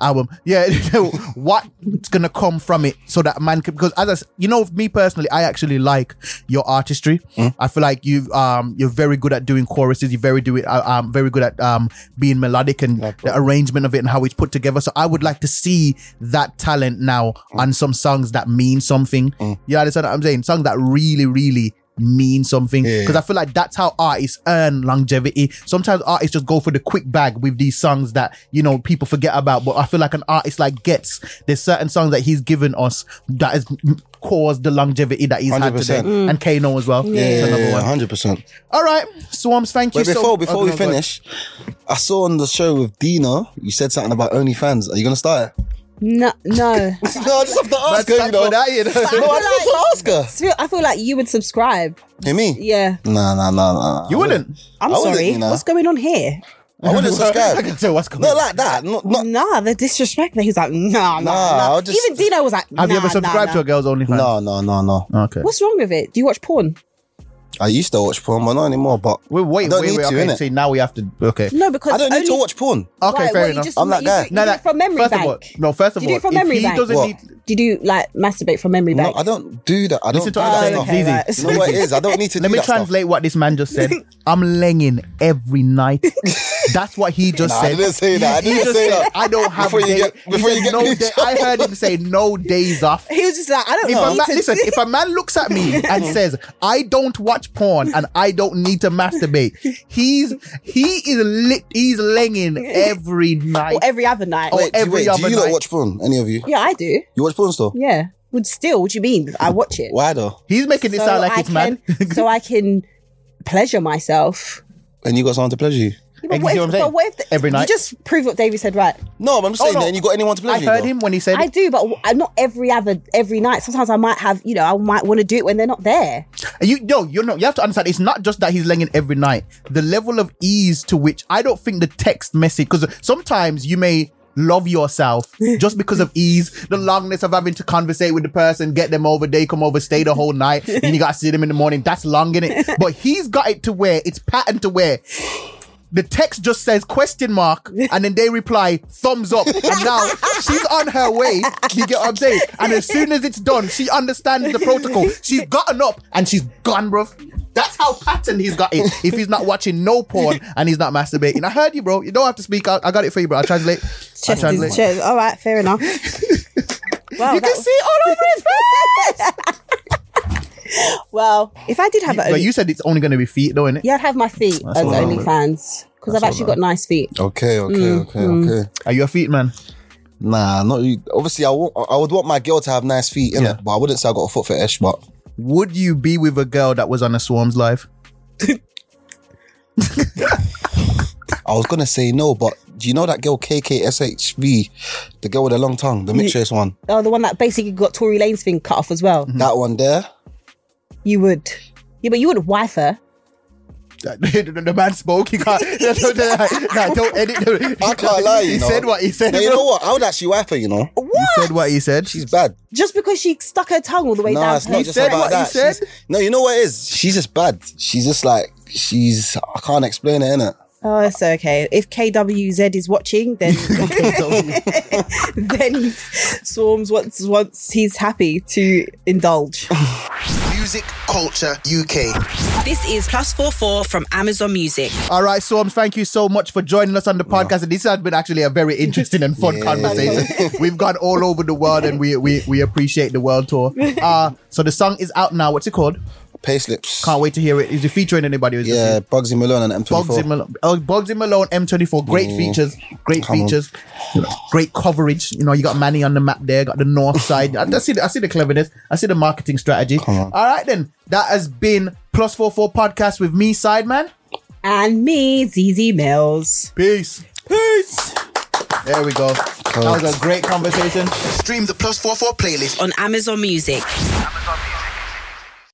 Speaker 1: album. Yeah, what's gonna come from it so that man can? Because as I, s- you know, me personally, I actually like your artistry. I feel like you, um, you're very good at doing choruses. You're very do it, uh, um, very good at um being melodic and the arrangement of it and how it's put together. So I would like to see that talent now on some songs that mean something. You understand what I'm saying? Songs that really, really mean something. Because I feel like that's how artists earn longevity. Sometimes artists just go for the quick bag with these songs that, you know, people forget about. But I feel like an artist like gets, there's certain songs that he's given us that has caused the longevity that he's had today.
Speaker 4: 100%. Mm.
Speaker 1: And Kano as well.
Speaker 4: Yeah,
Speaker 1: It's
Speaker 4: yeah,
Speaker 1: another
Speaker 4: yeah,
Speaker 1: one.
Speaker 4: 100%.
Speaker 1: All right, Swarms, thank you
Speaker 4: But before
Speaker 1: so
Speaker 4: before
Speaker 1: Oh,
Speaker 4: we
Speaker 1: no, go ahead.
Speaker 4: finish, I saw on the show with Dino, you said something about OnlyFans. Are you gonna start it?
Speaker 2: No, no.
Speaker 4: no, I just have to ask her,
Speaker 1: That's
Speaker 4: you know.
Speaker 1: for that, you know.
Speaker 4: No, I just have to ask her.
Speaker 2: Still, I feel like you would subscribe.
Speaker 4: Hey, me?
Speaker 2: Yeah.
Speaker 4: Nah, nah, nah, nah.
Speaker 1: You wouldn't?
Speaker 2: I'm
Speaker 4: I wouldn't,
Speaker 2: sorry.
Speaker 4: you know.
Speaker 2: What's going on here?
Speaker 4: I wouldn't subscribe.
Speaker 1: I can tell what's going
Speaker 4: Not like that. Not, not
Speaker 2: Nah, the disrespect that he's like, nah, nah,
Speaker 4: Nah,
Speaker 2: nah.
Speaker 4: I'll just-
Speaker 2: Even Dino was like,
Speaker 1: Have you
Speaker 2: nah,
Speaker 1: ever subscribed
Speaker 2: nah,
Speaker 1: to
Speaker 2: nah.
Speaker 1: a girl's OnlyFans?
Speaker 4: No, no, no, no.
Speaker 1: Okay.
Speaker 2: What's wrong with it? Do you watch porn?
Speaker 4: I used to watch porn, but not anymore. But
Speaker 1: Wait, wait,
Speaker 4: I don't
Speaker 1: wait,
Speaker 4: need
Speaker 1: wait.
Speaker 4: to,
Speaker 1: okay,
Speaker 4: innit?
Speaker 1: see, now we have to. Okay.
Speaker 2: No, because
Speaker 4: I don't need to
Speaker 2: only- Oh,
Speaker 4: watch porn.
Speaker 1: Okay,
Speaker 2: Why-
Speaker 1: fair
Speaker 2: what, you
Speaker 1: enough.
Speaker 2: just-
Speaker 4: I'm that
Speaker 2: you do-
Speaker 4: guy.
Speaker 2: you do it from memory
Speaker 1: first
Speaker 2: bank.
Speaker 1: of all, no. First of
Speaker 2: Do
Speaker 1: all,
Speaker 2: you do it from
Speaker 1: if
Speaker 2: memory
Speaker 1: he
Speaker 2: bank?
Speaker 1: doesn't
Speaker 4: What?
Speaker 1: need,
Speaker 2: Did you like masturbate from memory
Speaker 4: No,
Speaker 2: bank?
Speaker 4: I don't do that. I don't
Speaker 1: Listen
Speaker 4: do
Speaker 1: to us,
Speaker 4: that
Speaker 1: Zizi.
Speaker 4: stuff.
Speaker 1: Okay, right.
Speaker 4: You know what it is? I don't need to
Speaker 1: Let
Speaker 4: do
Speaker 1: me
Speaker 4: that stuff.
Speaker 1: translate what this man just said. I'm lenging every night. That's what he just
Speaker 4: Nah, I
Speaker 1: said.
Speaker 4: didn't say that. I
Speaker 1: He- he
Speaker 4: didn't
Speaker 1: just
Speaker 4: say
Speaker 1: said,
Speaker 4: that.
Speaker 1: I don't have
Speaker 4: Before you
Speaker 1: day-
Speaker 4: get-
Speaker 1: he
Speaker 4: before you
Speaker 1: said
Speaker 4: get
Speaker 1: no
Speaker 4: me in
Speaker 1: day- I heard him say no days off.
Speaker 2: he Mm. was just like, I don't
Speaker 1: If a
Speaker 2: know.
Speaker 1: man, listen, if a man looks at me and says, "I don't watch porn and I don't need to masturbate," he's he is lit, he's lenging every night.
Speaker 2: or every other night.
Speaker 1: Oh,
Speaker 4: Wait, do you-
Speaker 1: every
Speaker 4: wait,
Speaker 1: other
Speaker 4: do you not
Speaker 1: night.
Speaker 4: watch porn? Any of you?
Speaker 2: yeah, I do.
Speaker 4: You watch porn still?
Speaker 2: Yeah, would still. What do you mean? I watch it.
Speaker 4: Why though?
Speaker 1: he's making it
Speaker 2: So
Speaker 1: sound like
Speaker 2: I
Speaker 1: it's mad.
Speaker 2: can- so I can pleasure myself.
Speaker 4: And you got someone to pleasure you?
Speaker 2: Yeah, but
Speaker 1: Ex- you
Speaker 2: what if,
Speaker 1: know what I'm saying?
Speaker 2: but what if the-
Speaker 1: Every night.
Speaker 2: You just prove what David said, right?
Speaker 4: No, but I'm just
Speaker 1: Oh,
Speaker 4: saying
Speaker 1: no.
Speaker 4: that. And you got anyone to pleasure
Speaker 1: I
Speaker 4: you?
Speaker 1: heard
Speaker 4: though?
Speaker 1: him when he said,
Speaker 2: I do, but w- I'm not every other every night. Sometimes I might have, you know, I might want to do it when they're not there.
Speaker 1: And you no, you know, you have to understand. It's not just that he's laying every night. The level of ease to which I don't think the text message, because sometimes you may love yourself just because of ease, the longness of having to conversate with the person, get them over, they come over, stay the whole night, and you gotta see them in the morning. That's long in it. But he's got it to where it's pattern to where the text just says question mark and then they reply thumbs up and now she's on her way you get what i'm saying and as soon as it's done she understands the protocol she's gotten up and she's gone bruv that's how pattern he's got it if he's not watching no porn and he's not masturbating i heard you bro you don't have to speak i, I got it for you bro i translate i
Speaker 2: Chest
Speaker 1: translate
Speaker 2: is chest. All right, fair enough. Well,
Speaker 1: you
Speaker 2: that-
Speaker 1: can see oh, it all over his
Speaker 2: well, if I did have an
Speaker 1: face. but you said it's only going to be feet though innit?
Speaker 2: yeah, I'd have my feet as
Speaker 4: all right.
Speaker 2: OnlyFans because I've actually got nice feet.
Speaker 4: Okay, okay,
Speaker 2: Mm,
Speaker 4: okay, okay.
Speaker 1: are you a feet man
Speaker 4: Nah, not really. Obviously, I, want, I would want my girl to have nice feet, innit?
Speaker 1: Yeah.
Speaker 4: but I wouldn't say I got a foot fetish. But
Speaker 1: would you be with a girl that was on a swarms live
Speaker 4: I was gonna say no. But do you know that girl KKSHV, the girl with the long tongue, the mixed race one?
Speaker 2: Oh, the one that basically got Tory Lane's thing cut off as well.
Speaker 1: Mm-hmm. Hmm.
Speaker 4: That one there.
Speaker 2: You would, yeah, but you would wife her.
Speaker 1: the, the man spoke. He can't. No, no, no, no, no, don't edit. the-
Speaker 4: I can't lie. You
Speaker 1: he
Speaker 4: know.
Speaker 1: said what he said.
Speaker 4: Now, you
Speaker 1: bro.
Speaker 4: know what? I would actually wipe her. You know,
Speaker 1: He said what he said.
Speaker 4: she's bad.
Speaker 2: Just because she stuck her tongue all the way
Speaker 4: No,
Speaker 2: down.
Speaker 4: it's not
Speaker 2: her-
Speaker 4: just
Speaker 1: said
Speaker 4: about
Speaker 1: what he
Speaker 4: that.
Speaker 1: said?
Speaker 4: She's- no, you know what it is? She's just bad. She's just like she's. I can't explain it, innit?
Speaker 2: Oh, it's okay. If KWZ is watching, then then Swarms once once he's happy to indulge.
Speaker 3: Music Culture UK.
Speaker 2: This is plus four four from Amazon Music.
Speaker 1: All right, Swarms, thank you so much for joining us on the podcast. And this has been actually a very interesting and fun
Speaker 4: Yeah.
Speaker 1: conversation. We've gone all over the world and we, we, we appreciate the world tour. Uh, so the song is out now. What's it called?
Speaker 4: Pay slips.
Speaker 1: Can't wait to hear it. Is it featuring anybody? or Is it
Speaker 4: Yeah, Bugsy Malone and M24.
Speaker 1: Bugsy Malone, oh, Bugsy Malone, M24, great features, great
Speaker 4: Mm. Come on.
Speaker 1: features, great coverage. You know, you got Manny on the map there, got the North Side. I, I see, the, I see the cleverness, I see the marketing strategy. All right, then that has been Plus Four Four Podcast with me, Sideman.
Speaker 2: And me, ZZ Mills.
Speaker 1: Peace, peace. There we go. That was a great conversation.
Speaker 3: Stream the Plus 44 playlist
Speaker 2: On Amazon Music.
Speaker 3: Amazon Music.